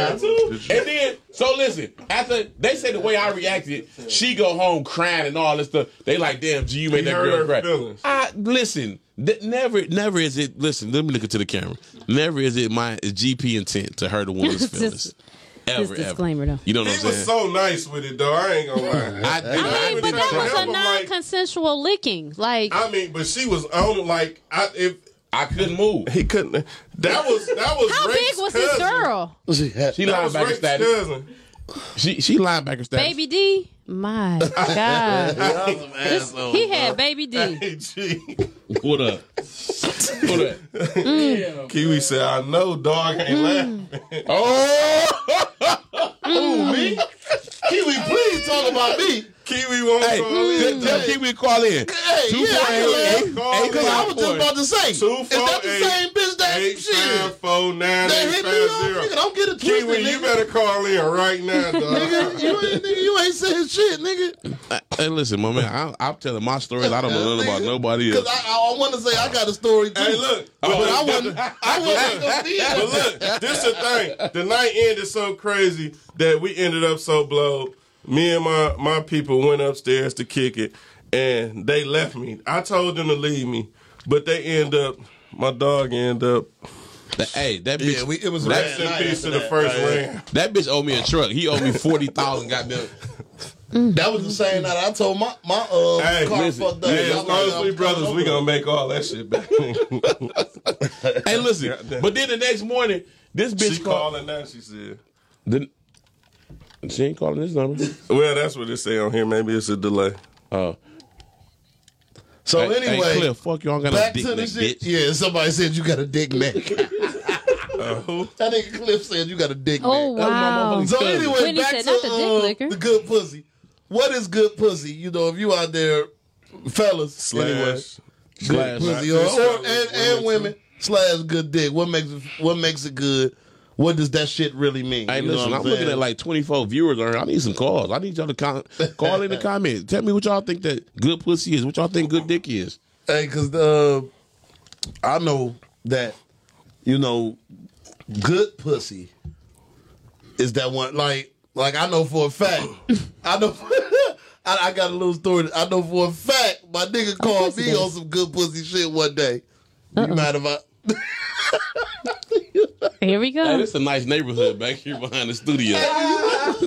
Speaker 3: And then, so listen, after they say the way I reacted, she go home crying and all this stuff. They like, damn, G, you made
Speaker 2: He
Speaker 3: that
Speaker 2: hurt
Speaker 3: girl
Speaker 2: her
Speaker 3: cry.
Speaker 2: feelings.
Speaker 3: I listen. Th- never, never is it. Listen, let me look into the camera. Never is it my GP intent to hurt a woman's
Speaker 4: <laughs> Just-
Speaker 3: feelings. ever,
Speaker 4: just
Speaker 3: ever.
Speaker 4: disclaimer, though.
Speaker 3: You know what I'm
Speaker 2: He
Speaker 3: saying?
Speaker 2: was so nice with it though. I ain't gonna <laughs> lie.
Speaker 3: I,
Speaker 4: I mean, but that was a
Speaker 2: I'm like-
Speaker 4: non-consensual licking. Like,
Speaker 2: I mean, but she was on it like I if
Speaker 3: I couldn't move.
Speaker 2: he couldn't. That was that was.
Speaker 4: how big
Speaker 2: Rake's
Speaker 4: was
Speaker 2: cousin.
Speaker 4: this girl?
Speaker 1: She had,
Speaker 3: She
Speaker 2: That was
Speaker 3: linebacker
Speaker 2: Rake's
Speaker 3: status.
Speaker 2: cousin. <laughs>
Speaker 3: She she linebacker status.
Speaker 4: Baby D? My God.
Speaker 1: that was an
Speaker 4: This-
Speaker 1: asshole.
Speaker 4: he had Baby D.
Speaker 2: Hey, G.
Speaker 3: What up? what up?
Speaker 2: <laughs>
Speaker 5: Damn.
Speaker 2: Kiwi said, "I know, dog ain't laughing."
Speaker 3: Oh,
Speaker 1: me. Kiwi, please talk about me.
Speaker 2: Kiwi won't
Speaker 3: hey,
Speaker 2: call in.
Speaker 3: tell- tell Kiwi to call in.
Speaker 1: Hey,
Speaker 3: Two
Speaker 1: yeah,
Speaker 3: four
Speaker 1: I
Speaker 3: eight
Speaker 1: can
Speaker 3: eight
Speaker 1: laugh.
Speaker 3: eight
Speaker 1: Cause I was just
Speaker 3: four.
Speaker 1: about to say,
Speaker 2: Two,
Speaker 1: is that the
Speaker 2: four, eight,
Speaker 1: same bitch that
Speaker 2: Eight
Speaker 1: shit
Speaker 2: five four nine
Speaker 1: that
Speaker 2: eight
Speaker 1: hit me
Speaker 2: five
Speaker 1: up? Nigga,
Speaker 2: zero.
Speaker 1: don't get it twisted,
Speaker 2: Kiwi, you
Speaker 1: nigga.
Speaker 2: better call in right now, dog.
Speaker 1: Nigga, you ain't, nigga, you ain't saying shit, nigga.
Speaker 3: Hey, listen, my man. I, I'm telling my stories. I don't know nothing about
Speaker 1: Nigga,
Speaker 3: nobody
Speaker 1: <laughs> Cause
Speaker 3: else.
Speaker 1: I, I, want to say I got a story too.
Speaker 2: Hey, look,
Speaker 1: but
Speaker 2: oh,
Speaker 1: I wasn't. I wasn't gonna be
Speaker 2: But look, this the thing. The night ended so crazy that we ended up so blown. Me and my my people went upstairs to kick it, and they left me. I told them to leave me, but they end up. My dog end up.
Speaker 3: That- hey, that bitch.
Speaker 1: Yeah, we, it was a
Speaker 2: Rest
Speaker 1: bad
Speaker 2: in
Speaker 1: night after
Speaker 2: peace to the
Speaker 1: that.
Speaker 2: first
Speaker 1: Right.
Speaker 2: round.
Speaker 3: that bitch owed me a truck.
Speaker 1: <laughs>
Speaker 3: He owed me forty thousand. Goddamn.
Speaker 1: That was the same night I told my my uh
Speaker 2: Hey,
Speaker 1: car
Speaker 3: listen,
Speaker 1: fucked up.
Speaker 2: Yeah,
Speaker 1: Y'all
Speaker 2: as long as
Speaker 1: like,
Speaker 2: we
Speaker 1: I'm
Speaker 2: brothers,
Speaker 1: coming
Speaker 2: we
Speaker 1: over.
Speaker 2: gonna make all that shit
Speaker 1: <laughs>
Speaker 2: back.
Speaker 3: Hey, listen.
Speaker 2: Goddamn.
Speaker 3: But then the next morning, this bitch
Speaker 2: she
Speaker 3: called.
Speaker 2: calling now. She said,
Speaker 3: The, she ain't calling this
Speaker 1: <laughs>
Speaker 3: number.
Speaker 2: "Well, that's what it say on here. Maybe it's a delay."
Speaker 3: Oh,
Speaker 1: So
Speaker 3: Hey, hey,
Speaker 1: anyway,
Speaker 3: Cliff, fuck you. I don't got no
Speaker 1: back
Speaker 3: dick,
Speaker 1: to the
Speaker 3: neck,
Speaker 1: shit.
Speaker 3: bitch.
Speaker 1: Yeah, somebody said you got a dick
Speaker 2: <laughs>
Speaker 1: neck. that
Speaker 2: Uh-huh.
Speaker 1: nigga Cliff said you got a dick
Speaker 4: Oh,
Speaker 1: neck.
Speaker 4: wow.
Speaker 3: motherfucking
Speaker 1: So
Speaker 3: cousin.
Speaker 1: anyway,
Speaker 4: Whitney
Speaker 1: back
Speaker 4: said,
Speaker 1: to
Speaker 4: "Not the dick
Speaker 1: uh,
Speaker 4: licker."
Speaker 1: the good pussy. What is good pussy? You know, if you out there fellas
Speaker 2: Slash.
Speaker 1: anyway.
Speaker 3: Slash.
Speaker 1: Good pussy or, or- and, and women slash good dick. What makes it, what makes it good? What does that shit really mean?
Speaker 3: Hey,
Speaker 1: You know
Speaker 3: listen,
Speaker 1: what
Speaker 3: I'm looking
Speaker 1: saying?
Speaker 3: at like 24 viewers on here. I need some calls. I need y'all to
Speaker 1: <laughs>
Speaker 3: con- call in the comments. Tell me what y'all think that good pussy is. What y'all think good dick is.
Speaker 1: Hey, cause uh, I know that you know good pussy is that one. Like, like I know for a fact. <coughs> I know. <laughs> I, I got a little story. I know for a fact my nigga called
Speaker 4: course he
Speaker 1: me
Speaker 4: does. Uh-uh.
Speaker 1: on some good pussy shit one day. You mad if I?
Speaker 4: Here we
Speaker 3: Hey,
Speaker 4: go.
Speaker 3: this is a nice neighborhood back here behind the studio.
Speaker 1: Hey, <laughs> you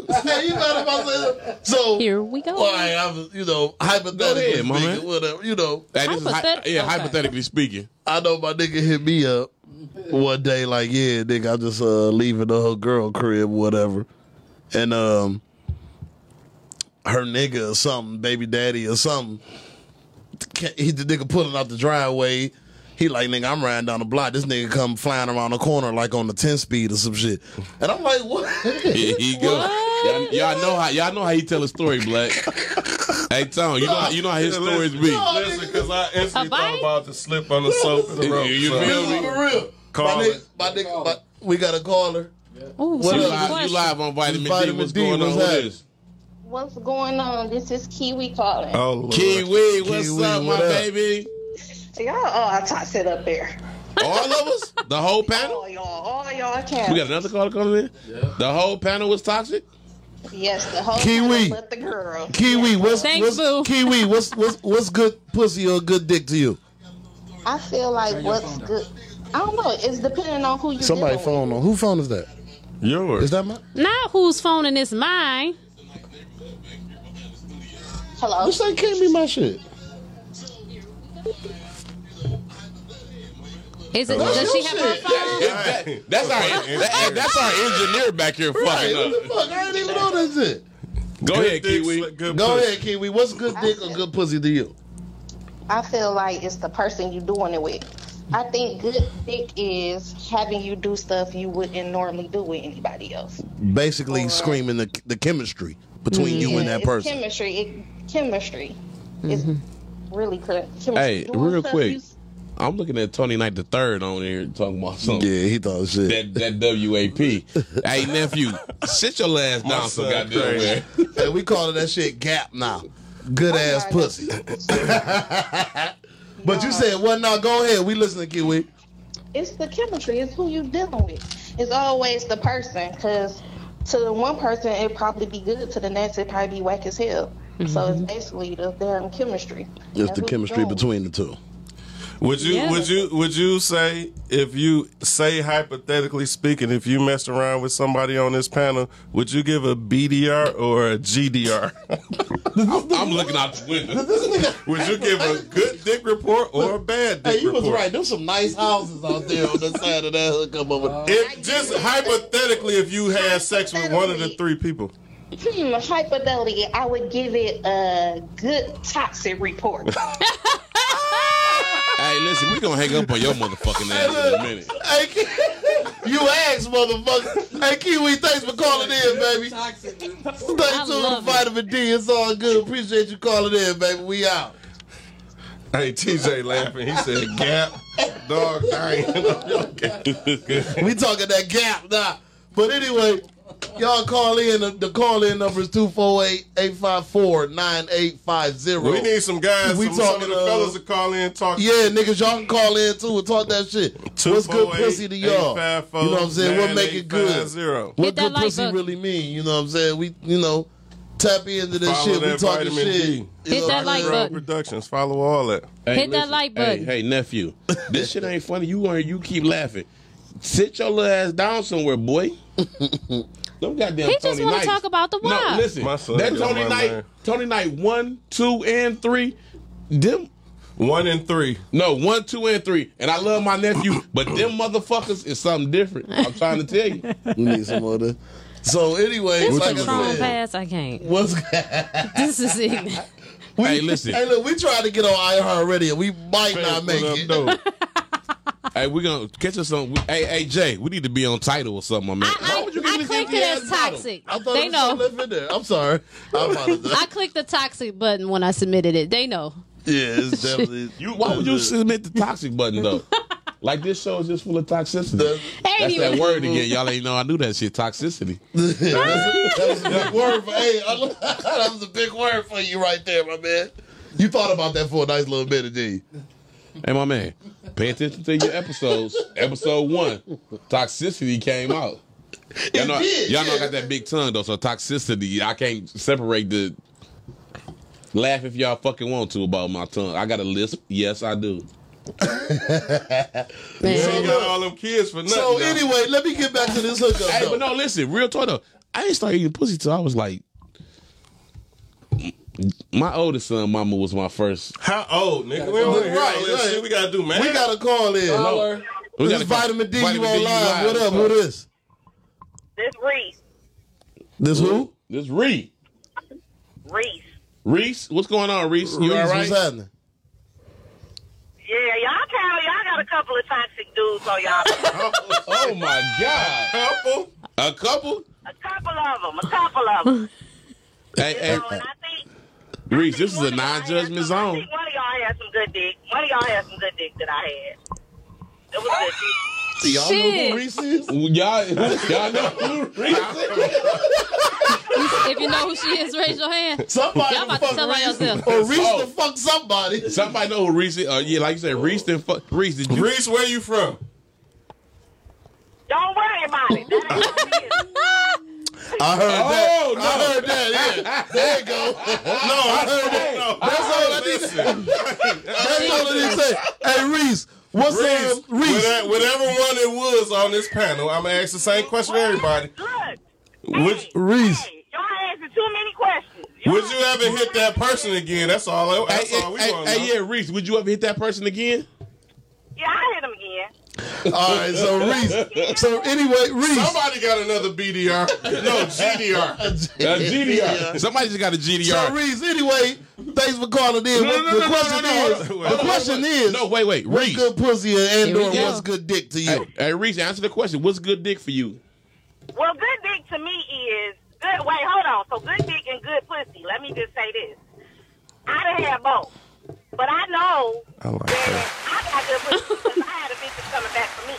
Speaker 1: mad if I say that? So
Speaker 4: Here we go.
Speaker 1: Why I was, you know, hypothetically
Speaker 3: Go ahead, my
Speaker 1: speaking,
Speaker 3: man.
Speaker 1: whatever. You know,
Speaker 3: Hey, this is hy-
Speaker 4: Hypothet-
Speaker 3: yeah,
Speaker 4: okay.
Speaker 3: hypothetically speaking.
Speaker 1: I know my nigga hit me up one day, like, yeah, nigga, I'm just uh, leaving the whole girl crib, whatever. And um her nigga or something, baby daddy or something. ca- He the nigga pulling out the driveway. He like, nigga, I'm riding down the block. This nigga come flying around the corner like on the 10 speed or some shit. And I'm like, what?
Speaker 3: Here he go. Y'all, y'all know how y'all know how he tell a story, Black. hey, Tom, you know how, you know how his stories be.
Speaker 2: Listen, because I instantly
Speaker 4: A bite?
Speaker 2: thought about the slip on the soap and the rope.
Speaker 3: You- you
Speaker 2: so-
Speaker 3: feel
Speaker 1: <laughs> For real.
Speaker 2: Call
Speaker 1: my
Speaker 2: her.
Speaker 1: nigga, my nigga my, we got to call her.
Speaker 4: Ooh,
Speaker 1: What
Speaker 3: You
Speaker 4: so
Speaker 1: up?
Speaker 3: live,
Speaker 4: many questions.
Speaker 3: you live on vitamin, D.
Speaker 1: Vitamin
Speaker 3: What's
Speaker 1: D,
Speaker 3: going
Speaker 1: what's
Speaker 3: on with
Speaker 1: happening?
Speaker 3: this?
Speaker 7: What's going on? This is Kiwi calling.
Speaker 2: Oh, Lord.
Speaker 3: Kiwi, what's
Speaker 1: Kiwi,
Speaker 3: up,
Speaker 1: what
Speaker 3: my
Speaker 1: up?
Speaker 3: baby?
Speaker 7: Y'all all are toxic up there.
Speaker 3: All of us? The whole panel?
Speaker 7: All y'all, all y'all
Speaker 3: We
Speaker 7: can.
Speaker 3: got another caller coming in? The whole panel was toxic?
Speaker 7: yes, the whole
Speaker 1: Kiwi.
Speaker 7: panel But the girl.
Speaker 1: Kiwi, what's what's,
Speaker 4: Thanks, boo.
Speaker 1: Kiwi, what's what's <laughs> what's good pussy or good dick to you?
Speaker 7: I feel like what's good. I don't know. It's depending on who you.
Speaker 1: Somebody
Speaker 7: dealing
Speaker 1: phone on. Who phone is that?
Speaker 2: Yours.
Speaker 1: Is that mine?
Speaker 4: Not whose phone and it's mine.
Speaker 7: with. Hello.
Speaker 1: This ain't can't be my shit.
Speaker 4: Is it? Does she have her phone?
Speaker 3: That- that's our that- that's our engineer back here
Speaker 1: Hey,
Speaker 3: fucking
Speaker 1: what
Speaker 3: up.
Speaker 1: the fuck? I ain't even know that's it.
Speaker 3: Go ahead,
Speaker 2: Dick
Speaker 3: Kiwi.
Speaker 2: slip, good
Speaker 1: Go
Speaker 2: pussy.
Speaker 1: ahead, Kiwi. What's good dick or good pussy to you?
Speaker 7: I feel like it's the person you doing it with. I think good dick is having you do stuff you wouldn't normally do with anybody else.
Speaker 1: Basically,
Speaker 7: Alright.
Speaker 1: screaming the the chemistry between you and
Speaker 7: Yeah,
Speaker 1: that
Speaker 7: it's
Speaker 1: person.
Speaker 7: Chemistry. It, chemistry. It's
Speaker 1: Mm-hmm.
Speaker 7: really clear. Chemistry.
Speaker 3: Hey,
Speaker 7: Doing
Speaker 3: real
Speaker 7: stuff
Speaker 3: quick.
Speaker 7: you-
Speaker 3: I'm looking at Tony Knight the third on here talking about something.
Speaker 1: Yeah, he thought shit.
Speaker 3: That that WAP. hey nephew, sit your ass
Speaker 2: My
Speaker 3: down some
Speaker 2: son
Speaker 3: goddamn
Speaker 2: crazy.
Speaker 3: where.
Speaker 1: Hey, we calling that shit gap now.
Speaker 7: Oh,
Speaker 1: Good ass
Speaker 7: God.
Speaker 1: pussy. <laughs> but you said what now? Go ahead. We listening, Kiwi.
Speaker 7: it's the chemistry. It's who you dealing with. It's always the person, because to the one person it probably be good, to the next it probably be whack as hell. So it's basically the damn chemistry.
Speaker 1: It's the
Speaker 7: That's what you
Speaker 1: chemistry
Speaker 7: doing.
Speaker 1: between the two.
Speaker 2: Would you
Speaker 4: Yeah.
Speaker 2: would you would you say if you say hypothetically speaking, if you messed around with somebody on this panel, would you give a BDR or a GDR?
Speaker 3: I'm, I'm looking out the window.
Speaker 2: <laughs> would you give a good dick report or a bad dick
Speaker 1: Hey, you
Speaker 2: report?
Speaker 1: was right. There's some nice houses out there on the side of that hook up over there.
Speaker 2: If just hypothetically, if you had sex with one of the three people,
Speaker 7: Hmm, hypothetically, I would give it a good toxic report.
Speaker 3: hey, listen, we gonna hang up on your motherfucking ass in a minute.
Speaker 1: Hey, Ki- <laughs> you ass motherfucker. Hey, Kiwi, thanks for calling in, baby.
Speaker 5: Toxic.
Speaker 4: I
Speaker 1: Stay tuned to
Speaker 4: love it.
Speaker 1: Vitamin D. It's all good. Appreciate you calling in, baby. We out.
Speaker 2: hey TJ laughing, he said gap, dog <laughs> dying.
Speaker 1: We talking that gap now. But anyway, y'all call in. The, the call in number is 248 854
Speaker 2: We
Speaker 1: 9850.
Speaker 2: need some guys.
Speaker 1: We
Speaker 2: some, some
Speaker 1: talking,
Speaker 2: of the
Speaker 1: uh,
Speaker 2: fellas to call in and talk.
Speaker 1: Yeah, niggas, y'all can call in too and talk that shit. What's good pussy to y'all? You know what I'm saying? What make it good?
Speaker 2: Zero.
Speaker 1: What
Speaker 4: Hit that
Speaker 1: good
Speaker 4: like
Speaker 1: pussy
Speaker 4: button.
Speaker 1: really mean? You know what I'm saying? We, you know, tap into this
Speaker 2: Follow
Speaker 1: shit. We
Speaker 2: that
Speaker 1: talking
Speaker 2: vitamin
Speaker 1: shit.
Speaker 2: D.
Speaker 1: You
Speaker 4: Hit
Speaker 1: know
Speaker 4: that
Speaker 1: what I'm
Speaker 4: like
Speaker 1: saying?
Speaker 4: button.
Speaker 2: Productions. Follow all that.
Speaker 3: Hey,
Speaker 4: Hit that like button.
Speaker 3: Hey, hey, nephew, this shit ain't funny. You on here, you keep laughing. Sit your little ass down somewhere, boy. Them goddamn
Speaker 4: He
Speaker 3: Tony
Speaker 4: just wanna
Speaker 3: Knights.
Speaker 4: talk about the
Speaker 3: No,
Speaker 4: wife.
Speaker 3: listen,
Speaker 2: My son
Speaker 3: that
Speaker 2: is
Speaker 3: Tony
Speaker 2: my
Speaker 3: Knight,
Speaker 2: man.
Speaker 3: Tony Knight one, two, and three. Them
Speaker 2: One and three.
Speaker 3: no one, two, and three. And I love my nephew, but them motherfuckers is something different. I'm trying to tell you.
Speaker 1: We need some more. of that. So anyway,
Speaker 4: This
Speaker 1: like
Speaker 4: is
Speaker 1: I
Speaker 4: Chrome
Speaker 1: said,
Speaker 4: Pass. I can't.
Speaker 1: what's
Speaker 4: <laughs> This is it.
Speaker 1: we,
Speaker 3: Hey, listen.
Speaker 1: Hey, look, we trying to get on iHeartRadio. We might not make
Speaker 2: Put up
Speaker 1: it.
Speaker 2: dough.
Speaker 3: hey, we gonna catch us on. Hey, hey, Jay, we need to be on title or something, my man. Why
Speaker 4: I,
Speaker 3: would you give
Speaker 4: I, I
Speaker 3: this
Speaker 4: clicked
Speaker 3: empty
Speaker 4: it
Speaker 3: ass
Speaker 4: as
Speaker 3: bottle?
Speaker 4: toxic.
Speaker 1: <laughs> I thought
Speaker 4: They
Speaker 1: it was
Speaker 2: <laughs>
Speaker 4: know.
Speaker 1: left in there. I'm sorry. I apologize.
Speaker 4: I clicked the toxic button when I submitted it. They know.
Speaker 1: Yeah, it's definitely.
Speaker 3: You why would you submit the toxic button though? like this show is just full of toxicity.
Speaker 4: Ain't
Speaker 3: That's
Speaker 4: even-
Speaker 3: that word again. Y'all ain't know I knew that shit. Toxicity.
Speaker 1: that was a big word for hey, I lo- <laughs> that was a big word for you right there, my man. You thought about that for a nice little minute, did you?
Speaker 3: Hey, my man, pay attention to your episodes. Episode one, toxicity came out. Y'all know,
Speaker 1: did,
Speaker 3: y'all know I
Speaker 1: yeah.
Speaker 3: got that big tongue though, so toxicity, I can't separate the. Laugh if y'all fucking want to about my tongue. I got a lisp. Yes, I do.
Speaker 2: You
Speaker 4: Man.
Speaker 2: ain't got all them kids for nothing.
Speaker 1: So
Speaker 2: though.
Speaker 1: anyway, let me get back to this hookup.
Speaker 3: Hey,
Speaker 1: though.
Speaker 3: but no, listen, real talk though. I didn't start eating pussy till I was like. My oldest son, mama, was my first.
Speaker 2: how old, nigga? We don't want to hear all
Speaker 1: Right,
Speaker 2: this
Speaker 1: right.
Speaker 2: shit we gotta do, man.
Speaker 1: we got a call in.
Speaker 5: Dollar.
Speaker 3: We
Speaker 1: This
Speaker 3: gotta
Speaker 1: is
Speaker 3: go-
Speaker 1: vitamin D.
Speaker 3: Vitamin
Speaker 1: you on
Speaker 3: D,
Speaker 1: live? What up?
Speaker 3: What's
Speaker 1: Who this?
Speaker 8: This Reese.
Speaker 1: This who?
Speaker 3: This Reese.
Speaker 8: Reese.
Speaker 3: Reese, what's going on, Reese? You all
Speaker 1: Reese,
Speaker 3: right?
Speaker 1: What's happening?
Speaker 8: Yeah, y'all town, y'all got a couple of toxic dudes on y'all.
Speaker 3: Oh my god,
Speaker 2: couple.
Speaker 3: a couple.
Speaker 8: a couple of them. A couple of them.
Speaker 3: Hey, <laughs>
Speaker 8: You
Speaker 3: hey,
Speaker 8: know, and I think,
Speaker 3: Reese, this is
Speaker 8: one
Speaker 3: a
Speaker 8: of y'all had
Speaker 3: non-judgment
Speaker 8: some- I
Speaker 3: zone.
Speaker 8: think one of y'all had some good dick. One of y'all had some good dick that I had. It was good dick.
Speaker 1: Y'all know
Speaker 4: Shit.
Speaker 1: who Reese is?
Speaker 3: Y'all, y'all know who Reese is?
Speaker 4: If you know who she is, raise your hand.
Speaker 1: Somebody
Speaker 4: Y'all about to
Speaker 1: fuck
Speaker 4: tell on
Speaker 1: Reese. <laughs>
Speaker 4: yourself.
Speaker 1: Or Reese
Speaker 3: Oh.
Speaker 1: to fuck somebody.
Speaker 3: Somebody know who Reese is? Uh, yeah, like you said, Reese. Then fuck Reese. Did you?
Speaker 2: Reese, where
Speaker 1: <laughs>
Speaker 2: you from?
Speaker 8: Don't worry about it. That ain't what it is.
Speaker 1: I heard that.
Speaker 3: Oh
Speaker 1: I
Speaker 3: no!
Speaker 1: heard that. Yeah. There you go.
Speaker 2: No, I heard
Speaker 1: Hey,
Speaker 2: no.
Speaker 1: that's all I need to <laughs> That's all I need to say. Hey Reese, what's
Speaker 2: Reese,
Speaker 1: up, Reese?
Speaker 2: whatever, whatever one it was on this panel, I'm gonna ask the same question to
Speaker 3: <laughs>
Speaker 2: everybody.
Speaker 8: Look.
Speaker 2: Would,
Speaker 8: hey,
Speaker 1: Reese.
Speaker 8: Hey, y'all asking too many questions. Y'all-
Speaker 2: would you ever hit that person again? That's all.
Speaker 3: Hey,
Speaker 2: That's all we
Speaker 3: hey,
Speaker 2: want
Speaker 3: hey,
Speaker 2: to know.
Speaker 3: hey, yeah, Reese. Would you ever hit that person again?
Speaker 8: Yeah, I hit him again.
Speaker 1: All right, so Reese. So anyway, Reese.
Speaker 2: Somebody got another BDR. No, GDR.
Speaker 1: <laughs>
Speaker 3: A GDR. Somebody just got a
Speaker 1: So
Speaker 3: GDR.
Speaker 1: Reese, anyway, thanks for calling in.
Speaker 3: No, no, no,
Speaker 1: the
Speaker 3: no,
Speaker 1: question
Speaker 3: no, no, no,
Speaker 1: is,
Speaker 2: hold on,
Speaker 1: the
Speaker 2: hold on,
Speaker 1: question is,
Speaker 3: No, wait, wait,
Speaker 1: what's
Speaker 3: Reese.
Speaker 1: good pussy and, and
Speaker 4: Here
Speaker 1: or
Speaker 4: we go.
Speaker 1: what's good dick to you?
Speaker 3: Hey, hey, Reese, answer the question. What's good dick for you?
Speaker 8: Well, good dick to me is good. Wait, hold on. So good dick and good pussy. Let me just say this: I done had both, but I know that I got good pussy because I had a bitch that's coming back for me.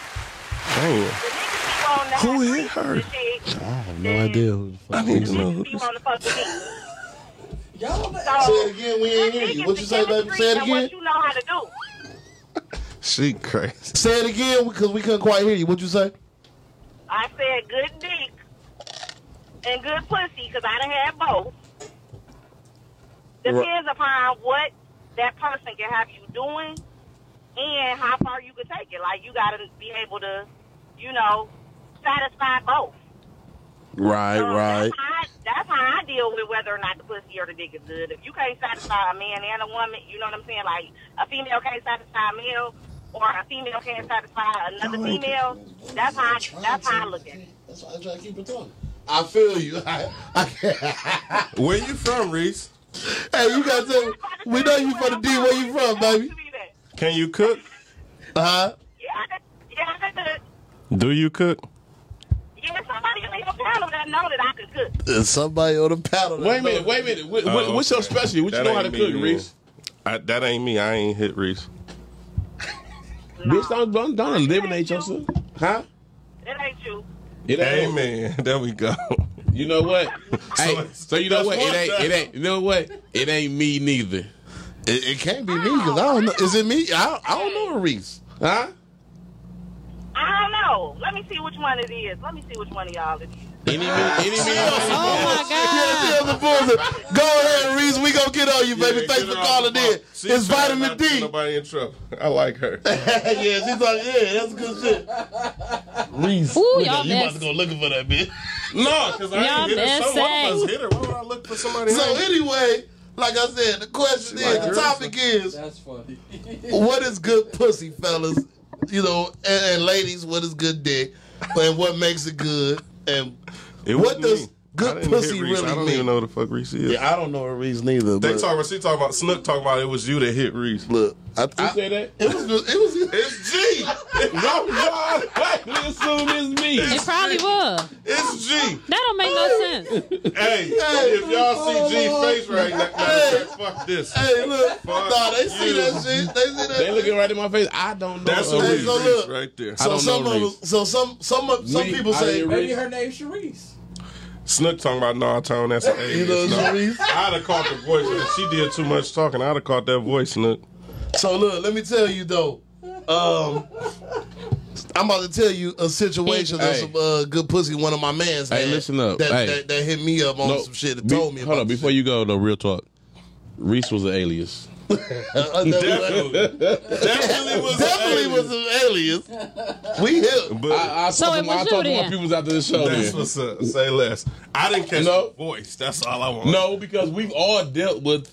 Speaker 2: Oh,
Speaker 8: The niggas be
Speaker 2: Who
Speaker 8: wanting to have
Speaker 2: hit her?
Speaker 8: sex and shit.
Speaker 3: I have
Speaker 8: no idea
Speaker 3: Who
Speaker 2: I need
Speaker 8: The
Speaker 2: to know.
Speaker 8: niggas be wanting to fuck with me.
Speaker 5: Y'all know-
Speaker 8: So,
Speaker 1: Say it again, we ain't
Speaker 8: good
Speaker 1: hear
Speaker 8: dick
Speaker 1: you.
Speaker 8: is
Speaker 1: What you
Speaker 8: the
Speaker 1: say, baby?
Speaker 8: chemistry
Speaker 1: Say it
Speaker 8: and
Speaker 1: again.
Speaker 8: What you know how to do.
Speaker 2: She crazy.
Speaker 1: Say it again because we couldn't quite hear you. What you say?
Speaker 8: I said good dick and good pussy because I done had both. Depends upon what that person can have you doing and how far you can take it. Like you gotta be able to, you know, satisfy both.
Speaker 1: Right,
Speaker 8: So That's how, I, that's how I deal with whether or not the pussy or the dick is good. If you can't satisfy a man and a woman, you know what I'm saying? Like a female can't satisfy a male, or a female can't satisfy another female. That's how I, that's how I look at it.
Speaker 1: That's why I try to keep it talking. I feel you. I, I can't.
Speaker 2: Where you from, Reese?
Speaker 1: hey, you got to. We know you from the D. Where you from, baby?
Speaker 2: Can you cook?
Speaker 1: Uh huh.
Speaker 8: Yeah, I could- yeah, I could-
Speaker 2: Do you cook?
Speaker 8: yeah, somebody in your panel that know that I could cook.
Speaker 1: Somebody on the paddle.
Speaker 3: Wait a minute, wait a minute. What, what- what's your specialty? What you
Speaker 2: Oh, That
Speaker 3: know how to
Speaker 2: ain't
Speaker 3: cook,
Speaker 2: me,
Speaker 3: Reese?
Speaker 2: I, that ain't me. I ain't hit Reese.
Speaker 3: Bitch, don't, don't, don't eliminate yourself. Huh?
Speaker 8: It ain't you.
Speaker 3: It ain't.
Speaker 2: Amen. <laughs> There we go.
Speaker 3: You know what?
Speaker 1: <laughs>
Speaker 3: hey, so you know
Speaker 2: that's
Speaker 3: what? It
Speaker 2: one
Speaker 3: ain't. It ain't. You know what? It ain't me neither.
Speaker 1: It, it can't be me because I don't know. Is it me? I, I don't know Reese.
Speaker 3: Huh?
Speaker 8: I don't know. Let me see which one it is. Let me see which one of y'all it is.
Speaker 3: Any me? Any me?
Speaker 4: Oh my God.
Speaker 1: <laughs> Yeah, the bullseye. Go ahead, Reese. We gonna get on you, baby.
Speaker 2: Yeah,
Speaker 1: Thanks
Speaker 2: get
Speaker 1: for
Speaker 2: her off
Speaker 1: calling
Speaker 2: the phone.
Speaker 1: in.
Speaker 2: She
Speaker 1: It's
Speaker 2: better
Speaker 1: vitamin
Speaker 2: not get
Speaker 1: D. <laughs>
Speaker 2: Nobody in trouble. <laughs> I like her.
Speaker 1: yeah, she's like, yeah, that's good shit. Reese.
Speaker 4: Ooh,
Speaker 1: look
Speaker 4: y'all
Speaker 1: at- you about to
Speaker 4: messy.
Speaker 1: go Oh, looking for that bitch.
Speaker 2: No, because I
Speaker 4: Y'all
Speaker 2: ain't hit her. Some one of
Speaker 4: messy.
Speaker 2: us hit her. Why would I look for somebody
Speaker 1: So
Speaker 2: else?
Speaker 1: anyway, like I said, the question
Speaker 2: She
Speaker 1: is,
Speaker 2: like
Speaker 1: the
Speaker 2: yours,
Speaker 1: topic is,
Speaker 5: That's funny.
Speaker 1: what is good pussy, fellas? You know, and, and ladies, what is good dick? And what makes it good? And
Speaker 2: It
Speaker 1: What
Speaker 2: wasn't
Speaker 1: does
Speaker 2: me.
Speaker 1: good
Speaker 2: I didn't hit
Speaker 1: pussy
Speaker 2: Reese.
Speaker 1: really
Speaker 2: I don't
Speaker 1: mean?
Speaker 2: even know who the fuck Reese is.
Speaker 1: I don't know a reason either.
Speaker 2: They talking about, she talking about, Snook talking about it was you that hit Reese.
Speaker 1: look, I,
Speaker 3: You
Speaker 1: I,
Speaker 3: say that?
Speaker 1: it was,
Speaker 2: <laughs>
Speaker 1: it <laughs> was.
Speaker 2: It's G.
Speaker 3: No, God. Wait, we assume it's me.
Speaker 4: It probably was.
Speaker 2: It's
Speaker 1: <laughs>
Speaker 2: G. G.
Speaker 4: That don't make no sense.
Speaker 2: Hey, if y'all see G face right now, fuck this.
Speaker 1: Hey, look.
Speaker 2: Fuck
Speaker 1: Nah, they see
Speaker 2: you.
Speaker 1: that shit. They see that.
Speaker 3: They looking right in my face. I don't know. Uh,
Speaker 2: That's
Speaker 3: a
Speaker 2: a
Speaker 1: Hey,
Speaker 2: reach
Speaker 1: so look.
Speaker 2: right there.
Speaker 1: So
Speaker 3: don't
Speaker 1: some
Speaker 3: know
Speaker 1: of
Speaker 3: Reese.
Speaker 1: us, so some some of- some
Speaker 3: Me,
Speaker 1: people
Speaker 3: I
Speaker 1: say
Speaker 3: didn't
Speaker 5: Maybe her name's Sharice.
Speaker 2: Snook talking about Naruto and that's an
Speaker 1: you
Speaker 2: A.
Speaker 1: know Sharice.
Speaker 2: I'd have caught the voice. If she did too much talking, I'd have caught that voice, Snook.
Speaker 1: So look, let me tell you though. Um, I'm about to tell you a situation that's
Speaker 3: Hey.
Speaker 1: some uh, good pussy. One of my mans.
Speaker 3: Hey,
Speaker 1: had
Speaker 3: listen up.
Speaker 1: That,
Speaker 3: Hey.
Speaker 1: that, that hit me up on
Speaker 3: No,
Speaker 1: some shit that
Speaker 3: be-
Speaker 1: told me.
Speaker 3: Hold
Speaker 1: about
Speaker 3: on,
Speaker 1: <laughs> this
Speaker 3: before you go though, real talk. Reese was an alias.
Speaker 1: shit. Uh, definitely,
Speaker 2: Definitely was
Speaker 1: definitely was an alias. We here.
Speaker 2: But
Speaker 3: I, I
Speaker 4: Uh, So
Speaker 3: talked
Speaker 4: it
Speaker 3: to my,
Speaker 4: was
Speaker 3: I talked
Speaker 4: you
Speaker 3: to my
Speaker 4: then?
Speaker 3: peoples after the show.
Speaker 2: that's
Speaker 3: then.
Speaker 2: what's up. Say less. I didn't catch
Speaker 3: No.
Speaker 2: the voice. That's all I want.
Speaker 3: No, because we've all dealt with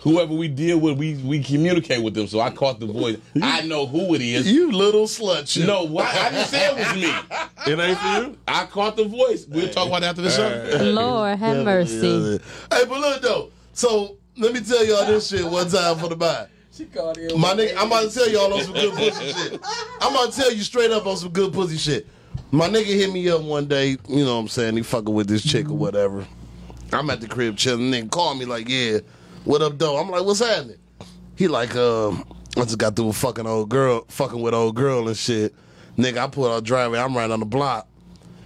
Speaker 3: whoever we deal with. We we communicate with them, so I caught the voice. I know who it is.
Speaker 1: You little slut. You.
Speaker 3: No, why, I didn't say it
Speaker 1: <laughs>
Speaker 3: was me.
Speaker 2: It ain't for you?
Speaker 3: I caught the voice. We'll talk about it after the show.
Speaker 4: Lord have mercy.
Speaker 1: Hey, but look though. So let me tell y'all this shit one time for the buy.
Speaker 5: She called in.
Speaker 1: My nigga, I'm about to tell y'all on some good pussy shit. I'm about to tell you straight up on some good pussy shit. My nigga hit me up one day, you know what I'm saying? He fucking with this chick or whatever. I'm at the crib chilling. Nigga call me like, yeah, what up, though? I'm like, what's happening? He like, um, I just got through with fucking old girl, fucking with old girl and shit. Nigga, I pulled out driveway. I'm right on the block.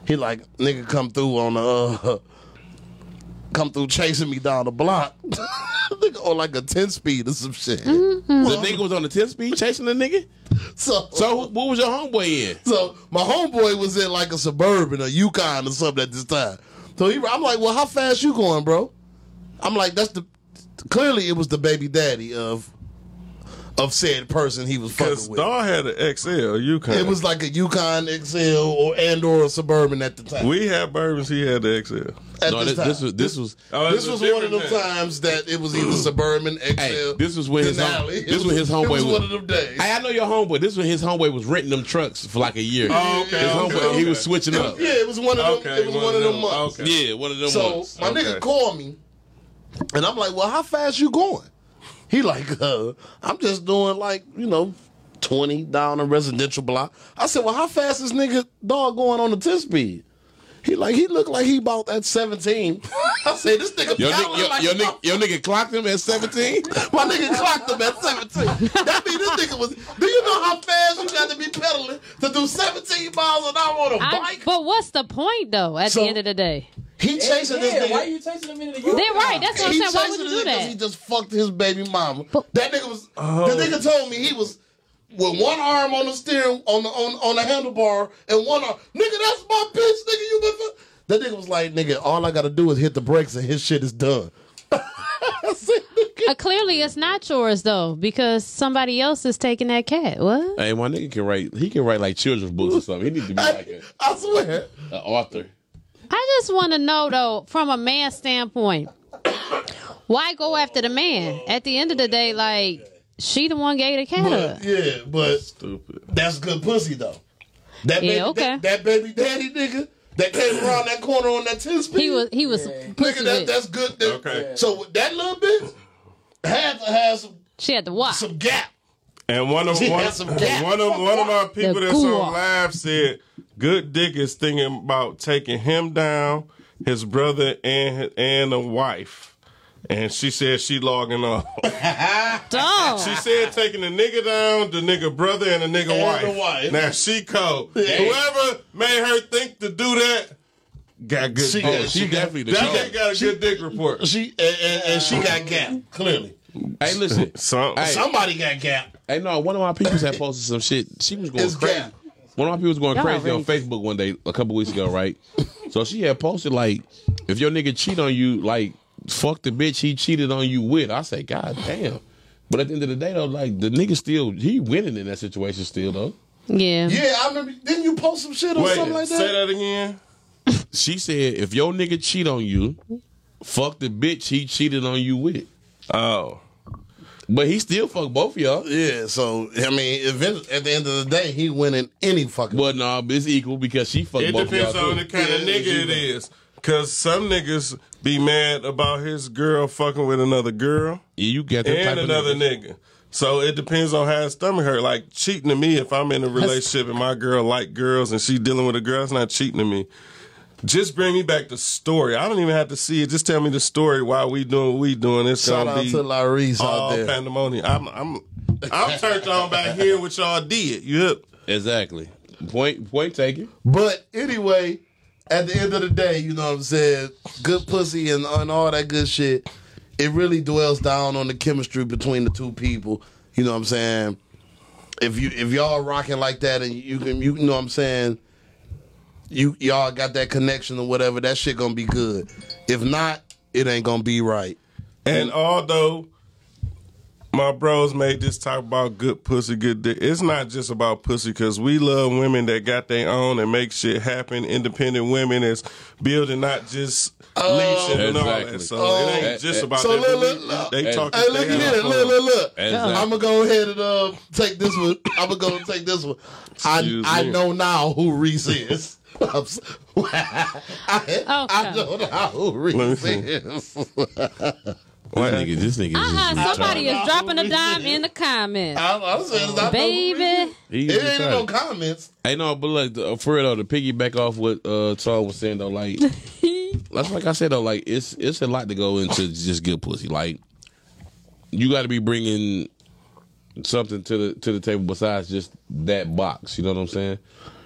Speaker 1: He like, nigga, come through on the, uh, come through chasing me down the block. <laughs> nigga, on like a 10 speed or some shit.
Speaker 3: The nigga was on the 10 speed chasing the nigga. So who- what was your homeboy in?
Speaker 1: So my homeboy was in like a suburban, a Yukon or something at this time. So he, I'm like, well, how fast you going, bro? I'm like, that's the clearly it was the baby daddy of of said person he was
Speaker 2: Because
Speaker 1: fucking with.
Speaker 2: Daw had an XL. You can
Speaker 1: It was like a Yukon XL or and or a suburban at the time.
Speaker 2: We had bourbons. He had the XL.
Speaker 1: at
Speaker 3: No,
Speaker 1: this,
Speaker 3: this, this
Speaker 1: time.
Speaker 3: was this was
Speaker 2: Oh, that's
Speaker 1: This
Speaker 2: a
Speaker 1: was one of
Speaker 2: different
Speaker 1: them
Speaker 2: man.
Speaker 1: times that it was either suburban XL.
Speaker 3: Hey, this was where his home-
Speaker 1: Denali. It
Speaker 3: this was his homeboy
Speaker 1: It was
Speaker 3: was-
Speaker 1: one of them days.
Speaker 3: Hey, I know your homeboy. This was his homeboy was renting them trucks for like a year.
Speaker 2: Oh, okay,
Speaker 3: His
Speaker 2: okay,
Speaker 3: homeboy, he
Speaker 2: okay.
Speaker 3: was switching up.
Speaker 1: yeah, it was one of them.
Speaker 2: Okay,
Speaker 1: it was one, of them months.
Speaker 2: Okay.
Speaker 3: Yeah, one of them
Speaker 1: So
Speaker 3: ones.
Speaker 1: my
Speaker 2: Okay.
Speaker 1: nigga called me, and I'm like, "Well, how fast you going?" He like, <laughs> uh, "I'm just doing like you know, 20 down a residential block." I said, "Well, how fast is nigga dog going on the 10 speed?" He like, he looked like he about at 17. <laughs> I said, "This nigga, paddling
Speaker 3: Your, nigga, your,
Speaker 1: like
Speaker 3: your,
Speaker 1: he
Speaker 3: nigga, your nigga clocked him at 17?
Speaker 1: <laughs> my nigga clocked him at 17. That mean this nigga was. Do you know how fast you got to be pedaling to do 17 miles an hour on a
Speaker 4: I,
Speaker 1: bike?
Speaker 4: but what's the point though? At
Speaker 1: So-
Speaker 4: the end of the day,
Speaker 1: He chasing
Speaker 5: yeah,
Speaker 1: this nigga.
Speaker 5: Why you chasing him in the Yukon?
Speaker 4: they're right. That's what I'm
Speaker 1: He
Speaker 4: saying. Why
Speaker 1: chasing
Speaker 4: would you
Speaker 1: the
Speaker 4: do
Speaker 1: nigga 'cause He
Speaker 4: that?
Speaker 1: just fucked his baby mama.
Speaker 4: But-
Speaker 1: that nigga was. The
Speaker 3: Oh.
Speaker 1: nigga told me he was with one arm on the steering on the on, on the handlebar and one arm. Nigga, that's my bitch. Nigga, you been. fu-" That nigga was like, nigga, all I gotta do is hit the brakes and his shit is done. I said, nigga,
Speaker 4: Uh, clearly, it's not yours though, because somebody else is taking that cat. What?
Speaker 3: Hey, my nigga can write. He can write like children's books or something. He need to be like
Speaker 1: <laughs> I,
Speaker 3: a,
Speaker 1: I swear.
Speaker 3: an author.
Speaker 4: I just want to know though, from a man's standpoint, why go after the man? At the end of the day, like she the one gave the cat up.
Speaker 1: But, yeah, but
Speaker 2: Stupid.
Speaker 1: that's good pussy though. That baby,
Speaker 4: Yeah, okay.
Speaker 1: that, that baby daddy nigga that came around that corner on that ten speed.
Speaker 4: He was he was
Speaker 1: nigga.
Speaker 4: pussy
Speaker 1: That,
Speaker 4: whipped.
Speaker 1: that's good. That-
Speaker 2: Okay.
Speaker 1: So with that little bitch had to have some
Speaker 4: She had to watch.
Speaker 1: some gap.
Speaker 2: And one of
Speaker 1: She
Speaker 2: one,
Speaker 1: had some gas.
Speaker 2: one of one of my people that's
Speaker 4: guac.
Speaker 2: on live said, "Good Dick is thinking about taking him down, his brother and and a wife." And she said she logging off. She
Speaker 4: Dumb.
Speaker 2: said taking the nigga down, the nigga brother, and the nigga
Speaker 1: And the
Speaker 2: wife.
Speaker 1: wife.
Speaker 2: Now
Speaker 1: <laughs>
Speaker 2: she cold. Whoever made her think to do that got good.
Speaker 1: She
Speaker 2: dick.
Speaker 1: got- she
Speaker 3: definitely the
Speaker 2: that nigga got a good dick report.
Speaker 1: She and, and, and she got gap. Clearly,
Speaker 3: Hey, listen.
Speaker 2: Some
Speaker 3: Hey.
Speaker 1: somebody got gap.
Speaker 3: Hey, no, one of my people had posted some shit. She was going
Speaker 1: It's
Speaker 3: crazy.
Speaker 1: gap.
Speaker 3: One of my people was going
Speaker 4: Y'all
Speaker 3: crazy on
Speaker 4: outrageous.
Speaker 3: Facebook one day, a couple weeks ago, right? so she had posted like, if your nigga cheat on you, like, fuck the bitch he cheated on you with. I say, God damn. But at the end of the day, though, like the nigga still he winning in that situation still though.
Speaker 4: Yeah.
Speaker 1: Yeah, I remember. Didn't you post some shit or
Speaker 2: Wait,
Speaker 1: something like that?
Speaker 2: say that again.
Speaker 3: She said, if your nigga cheat on you, fuck the bitch he cheated on you with.
Speaker 2: Oh,
Speaker 3: But he still fuck both of y'all.
Speaker 1: Yeah. So I mean, event, at the end of the day, he winning any fucking.
Speaker 3: But no, nah, it's equal because she fuck
Speaker 2: It
Speaker 3: both of y'all.
Speaker 2: depends on
Speaker 3: too.
Speaker 2: the kind of
Speaker 1: Yeah,
Speaker 2: nigga
Speaker 1: you
Speaker 2: it
Speaker 1: know.
Speaker 2: is. Cause some niggas be mad about his girl fucking with another girl
Speaker 3: Yeah, you got that type
Speaker 2: and another
Speaker 3: of nigga.
Speaker 2: nigga. So it depends on how his stomach hurt. Like cheating to me, if I'm in a relationship and my girl like girls and she dealing with a girl, it's not cheating to me. Just bring me back the story. I don't even have to see it. Just tell me the story. Why we doing what we doing? It's
Speaker 1: Shout
Speaker 2: gonna
Speaker 1: out
Speaker 2: be
Speaker 1: to Larice
Speaker 2: all
Speaker 1: out there.
Speaker 2: pandemonium. I'm I'm I'm turned on back here what y'all did. You hip?
Speaker 3: Exactly. Point point taken.
Speaker 1: But anyway, at the end of the day, you know what I'm saying? Good pussy and, and all that good shit. It really dwells down on the chemistry between the two people. You know what I'm saying? If you if y'all rocking like that and you can you, know what I'm saying, you y'all got that connection or whatever, that shit gonna be good. If not, it ain't gonna be right.
Speaker 2: And although my bros made this talk about good pussy, good dick, it's not just about pussy because we love women that got their own and make shit happen. Independent women that's building, not just leashing and all
Speaker 3: Exactly.
Speaker 2: that. So
Speaker 1: Oh.
Speaker 2: it ain't just
Speaker 3: Eh, eh.
Speaker 2: about
Speaker 1: So
Speaker 2: that.
Speaker 1: look,
Speaker 2: but
Speaker 1: look, look.
Speaker 2: They
Speaker 3: Hey,
Speaker 2: talking.
Speaker 1: Hey, look at this. Look, look, look.
Speaker 3: Exactly.
Speaker 1: I'm gonna go ahead and uh, take this one. I'm gonna go take this one. I
Speaker 2: Excuse
Speaker 1: I
Speaker 2: me.
Speaker 1: know now who Reese is. <laughs> I'm s- I, I know now who
Speaker 2: me
Speaker 1: Reese
Speaker 2: see.
Speaker 1: is. <laughs>
Speaker 3: This nigga, this nigga is just
Speaker 4: Uh-uh, somebody
Speaker 3: retarded.
Speaker 4: is dropping a dime in the comments.
Speaker 1: I, I'm saying I know who Reese
Speaker 4: Baby.
Speaker 1: is.
Speaker 3: He
Speaker 1: It ain't in no
Speaker 3: retarded.
Speaker 1: comments.
Speaker 3: Hey, no, but look, the- for real though, to piggyback off what uh, Tom was saying though, like that's like I said though, like it's it's a lot to go into just good pussy. Like you got to be bringing something to the to the table besides just that box. You know what I'm saying?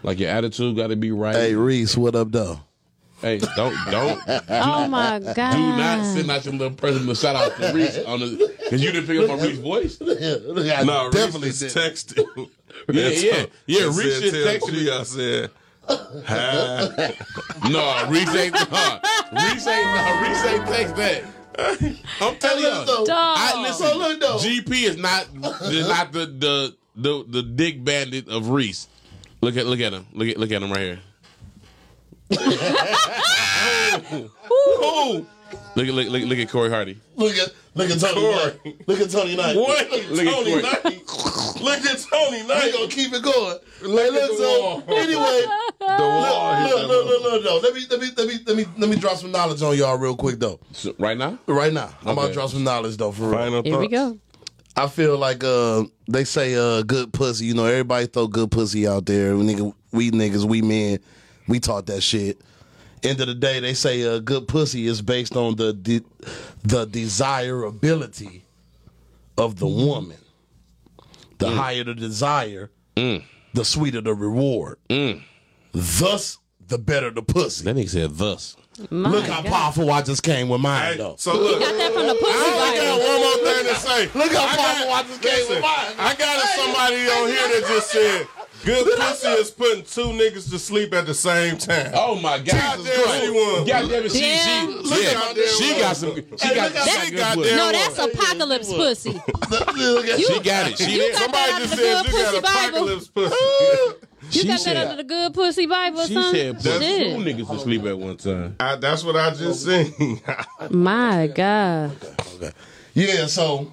Speaker 3: Like your attitude got to be right.
Speaker 1: Hey
Speaker 3: Hey,
Speaker 1: Reese, what up <laughs> though?
Speaker 3: don't don't do
Speaker 4: Oh my God.
Speaker 3: not send out your little person to shout out to Reese on the because you didn't pick up on Reese's voice.
Speaker 1: I
Speaker 2: No, Reese
Speaker 1: definitely
Speaker 2: is
Speaker 1: did.
Speaker 2: texting.
Speaker 3: Yeah,
Speaker 2: That's
Speaker 3: yeah,
Speaker 2: all.
Speaker 3: yeah.
Speaker 2: I
Speaker 3: Reese
Speaker 2: said,
Speaker 3: just
Speaker 2: "Tell
Speaker 3: texted me.
Speaker 2: G," I said, hi.
Speaker 3: No, Reese ain't. Nah, Reese ain't. Nah, Reese ain't text that. I'm telling
Speaker 1: Hey, look,
Speaker 3: you.
Speaker 1: though.
Speaker 4: Dog.
Speaker 3: I listen.
Speaker 1: So look though.
Speaker 3: GP is not is not the the the the dick bandit of Reese. Look at look at him. Look at look at him right here.
Speaker 2: Oh,
Speaker 3: Look at look look, look at Corey Hardy.
Speaker 1: look at look at Tony
Speaker 2: Corey.
Speaker 1: Knight. Look at Tony Knight.
Speaker 2: what?
Speaker 3: Look at
Speaker 2: Tony
Speaker 3: Corey.
Speaker 2: Knight. Look at Tony
Speaker 1: We
Speaker 2: Knight.
Speaker 1: gonna keep it going. Hey,
Speaker 2: Look at
Speaker 1: look,
Speaker 2: the
Speaker 1: so
Speaker 2: wall.
Speaker 1: anyway.
Speaker 2: The wall hit
Speaker 1: Look,
Speaker 2: that
Speaker 1: look, look, look, look. Let me, let me, let me, let me, let me drop some knowledge on y'all real quick though.
Speaker 3: So, right now,
Speaker 1: Right now, I'm about to
Speaker 3: Okay.
Speaker 1: drop some knowledge though. For real,
Speaker 2: Final
Speaker 4: Here we go.
Speaker 1: I feel like uh, they say uh, good pussy. You know, everybody throw good pussy out there. We Nigga, we niggas, we men, we taught that shit. End of the day, they say uh, good pussy is based on the de- the desirability of the
Speaker 3: Mm-hmm.
Speaker 1: woman. The
Speaker 3: Mm.
Speaker 1: higher the desire, the sweeter the reward. Thus, the better the pussy.
Speaker 3: Mm. that nigga said thus.
Speaker 4: My
Speaker 1: Look how
Speaker 4: God.
Speaker 1: powerful I just came with mine,
Speaker 2: Hey,
Speaker 1: though.
Speaker 2: so look.
Speaker 4: Got that from
Speaker 2: I
Speaker 4: the pussy
Speaker 2: got
Speaker 4: Bible.
Speaker 2: one more thing to say.
Speaker 1: Look how
Speaker 2: I
Speaker 1: powerful I
Speaker 2: got,
Speaker 1: just came with
Speaker 2: listen,
Speaker 1: mine.
Speaker 2: I got somebody on here that just said, good pussy is putting two niggas to sleep at the same time.
Speaker 3: Oh my God!
Speaker 2: God damn, she won.
Speaker 3: God damn it! She
Speaker 4: Damn.
Speaker 3: she yeah,
Speaker 2: Look at
Speaker 3: she
Speaker 2: that
Speaker 3: got some. She got,
Speaker 1: look at
Speaker 3: some
Speaker 1: that
Speaker 3: good
Speaker 2: goddamn-
Speaker 3: pussy.
Speaker 4: No, that's apocalypse pussy.
Speaker 1: Look at-
Speaker 3: She got it. She
Speaker 4: You
Speaker 3: did.
Speaker 4: got
Speaker 2: Somebody
Speaker 4: that out of
Speaker 2: just
Speaker 4: the
Speaker 2: said you
Speaker 4: good
Speaker 2: got
Speaker 4: pussy Bible.
Speaker 2: apocalypse pussy.
Speaker 4: You
Speaker 3: She
Speaker 4: got
Speaker 3: said-
Speaker 4: that out of the good pussy Bible or
Speaker 3: She
Speaker 4: something?
Speaker 3: said put
Speaker 4: Shit.
Speaker 3: two niggas to sleep at one time.
Speaker 2: I, that's what I just seen. <laughs>
Speaker 4: My God.
Speaker 1: Yeah, so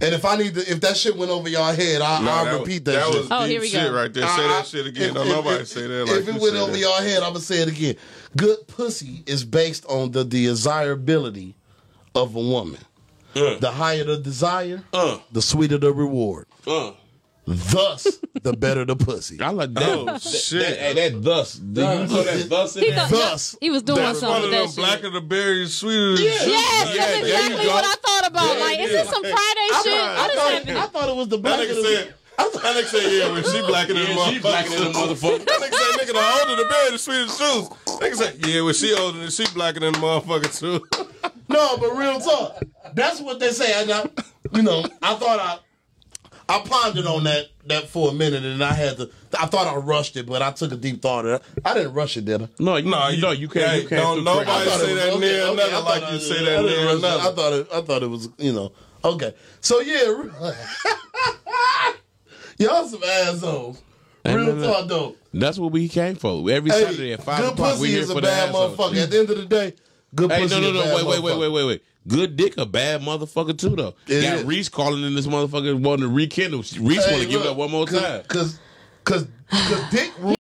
Speaker 1: and if I need to if that shit went over y'all head, I
Speaker 2: Nah,
Speaker 1: I'll
Speaker 2: that-
Speaker 1: repeat that,
Speaker 2: that
Speaker 1: shit.
Speaker 2: was
Speaker 4: Oh,
Speaker 2: deep
Speaker 4: here we
Speaker 2: shit
Speaker 4: go.
Speaker 2: right there.
Speaker 1: I-
Speaker 2: Say
Speaker 1: I-
Speaker 2: that shit again. Don't nobody say that like
Speaker 1: if it
Speaker 2: you
Speaker 1: went
Speaker 2: said
Speaker 1: over
Speaker 2: that.
Speaker 1: y'all head, I'ma say it again. Good pussy is based on the desirability of a woman. The higher the desire,
Speaker 3: Uh,
Speaker 1: the sweeter the reward.
Speaker 3: uh.
Speaker 1: Thus, the better the pussy.
Speaker 3: I like that.
Speaker 2: Oh, shit.
Speaker 3: That, hey, that thus. Do you know that thus in
Speaker 4: He
Speaker 3: there?
Speaker 4: thought
Speaker 1: Thus,
Speaker 4: he was doing
Speaker 2: That's one
Speaker 4: something
Speaker 2: of
Speaker 4: with that
Speaker 2: them
Speaker 4: shit.
Speaker 2: blacker the berry, sweeter than yeah.
Speaker 4: Yes,
Speaker 3: Yeah,
Speaker 4: that's
Speaker 3: there you
Speaker 4: exactly
Speaker 3: go.
Speaker 4: what I thought about.
Speaker 2: Yeah,
Speaker 4: like, is
Speaker 2: yeah.
Speaker 4: this some Friday shit? What is
Speaker 1: I,
Speaker 4: happening?
Speaker 1: thought, I thought it was the
Speaker 2: That
Speaker 1: black.
Speaker 2: nigga said, that nigga said, yeah, when she blacker than
Speaker 3: Yeah, she
Speaker 2: motherfucker.
Speaker 3: blacker than a motherfucker.
Speaker 2: Nigga say, nigga, the older the better, the sweeter the shoes. Nigga say, yeah, well, she older than she blacker than the motherfucker, too.
Speaker 1: No, but real talk. That's what they say. And I, you know, I thought I, I pondered on that that for a minute, and I had to. I thought I rushed it, but I took a deep thought. Of it. I didn't rush it, did I?
Speaker 3: No, you,
Speaker 2: No,
Speaker 3: no, you,
Speaker 2: you-
Speaker 3: no, you can't.
Speaker 2: hey,
Speaker 3: you can't
Speaker 2: don't
Speaker 3: do
Speaker 2: nobody
Speaker 3: crack.
Speaker 1: I thought
Speaker 2: say
Speaker 1: it was-
Speaker 2: that near another
Speaker 1: I thought
Speaker 2: like
Speaker 1: I-
Speaker 2: you say
Speaker 1: I
Speaker 2: that
Speaker 1: didn't
Speaker 2: near
Speaker 1: rush it.
Speaker 2: another.
Speaker 1: I thought it. I thought it was. You know. Okay. So yeah, re- y'all some assholes. Real
Speaker 3: no, no.
Speaker 1: talk though.
Speaker 3: That's what we came for. Every
Speaker 1: Hey,
Speaker 3: Saturday at five
Speaker 1: good
Speaker 3: o'clock, we
Speaker 1: pussy
Speaker 3: here
Speaker 1: is
Speaker 3: for
Speaker 1: a
Speaker 3: the
Speaker 1: bad
Speaker 3: assholes.
Speaker 1: motherfucker. At the end of the day, good
Speaker 3: Hey,
Speaker 1: pussy.
Speaker 3: no, no,
Speaker 1: is a
Speaker 3: no!
Speaker 1: bad
Speaker 3: Wait, wait, wait,
Speaker 1: motherfucker.
Speaker 3: wait, wait, wait! Good dick, a bad motherfucker too, though.
Speaker 1: It
Speaker 3: Got
Speaker 1: is.
Speaker 3: Reese calling in this motherfucker wanting to rekindle. Reese want to give it up one more time.
Speaker 1: Cause, cause, cause Dick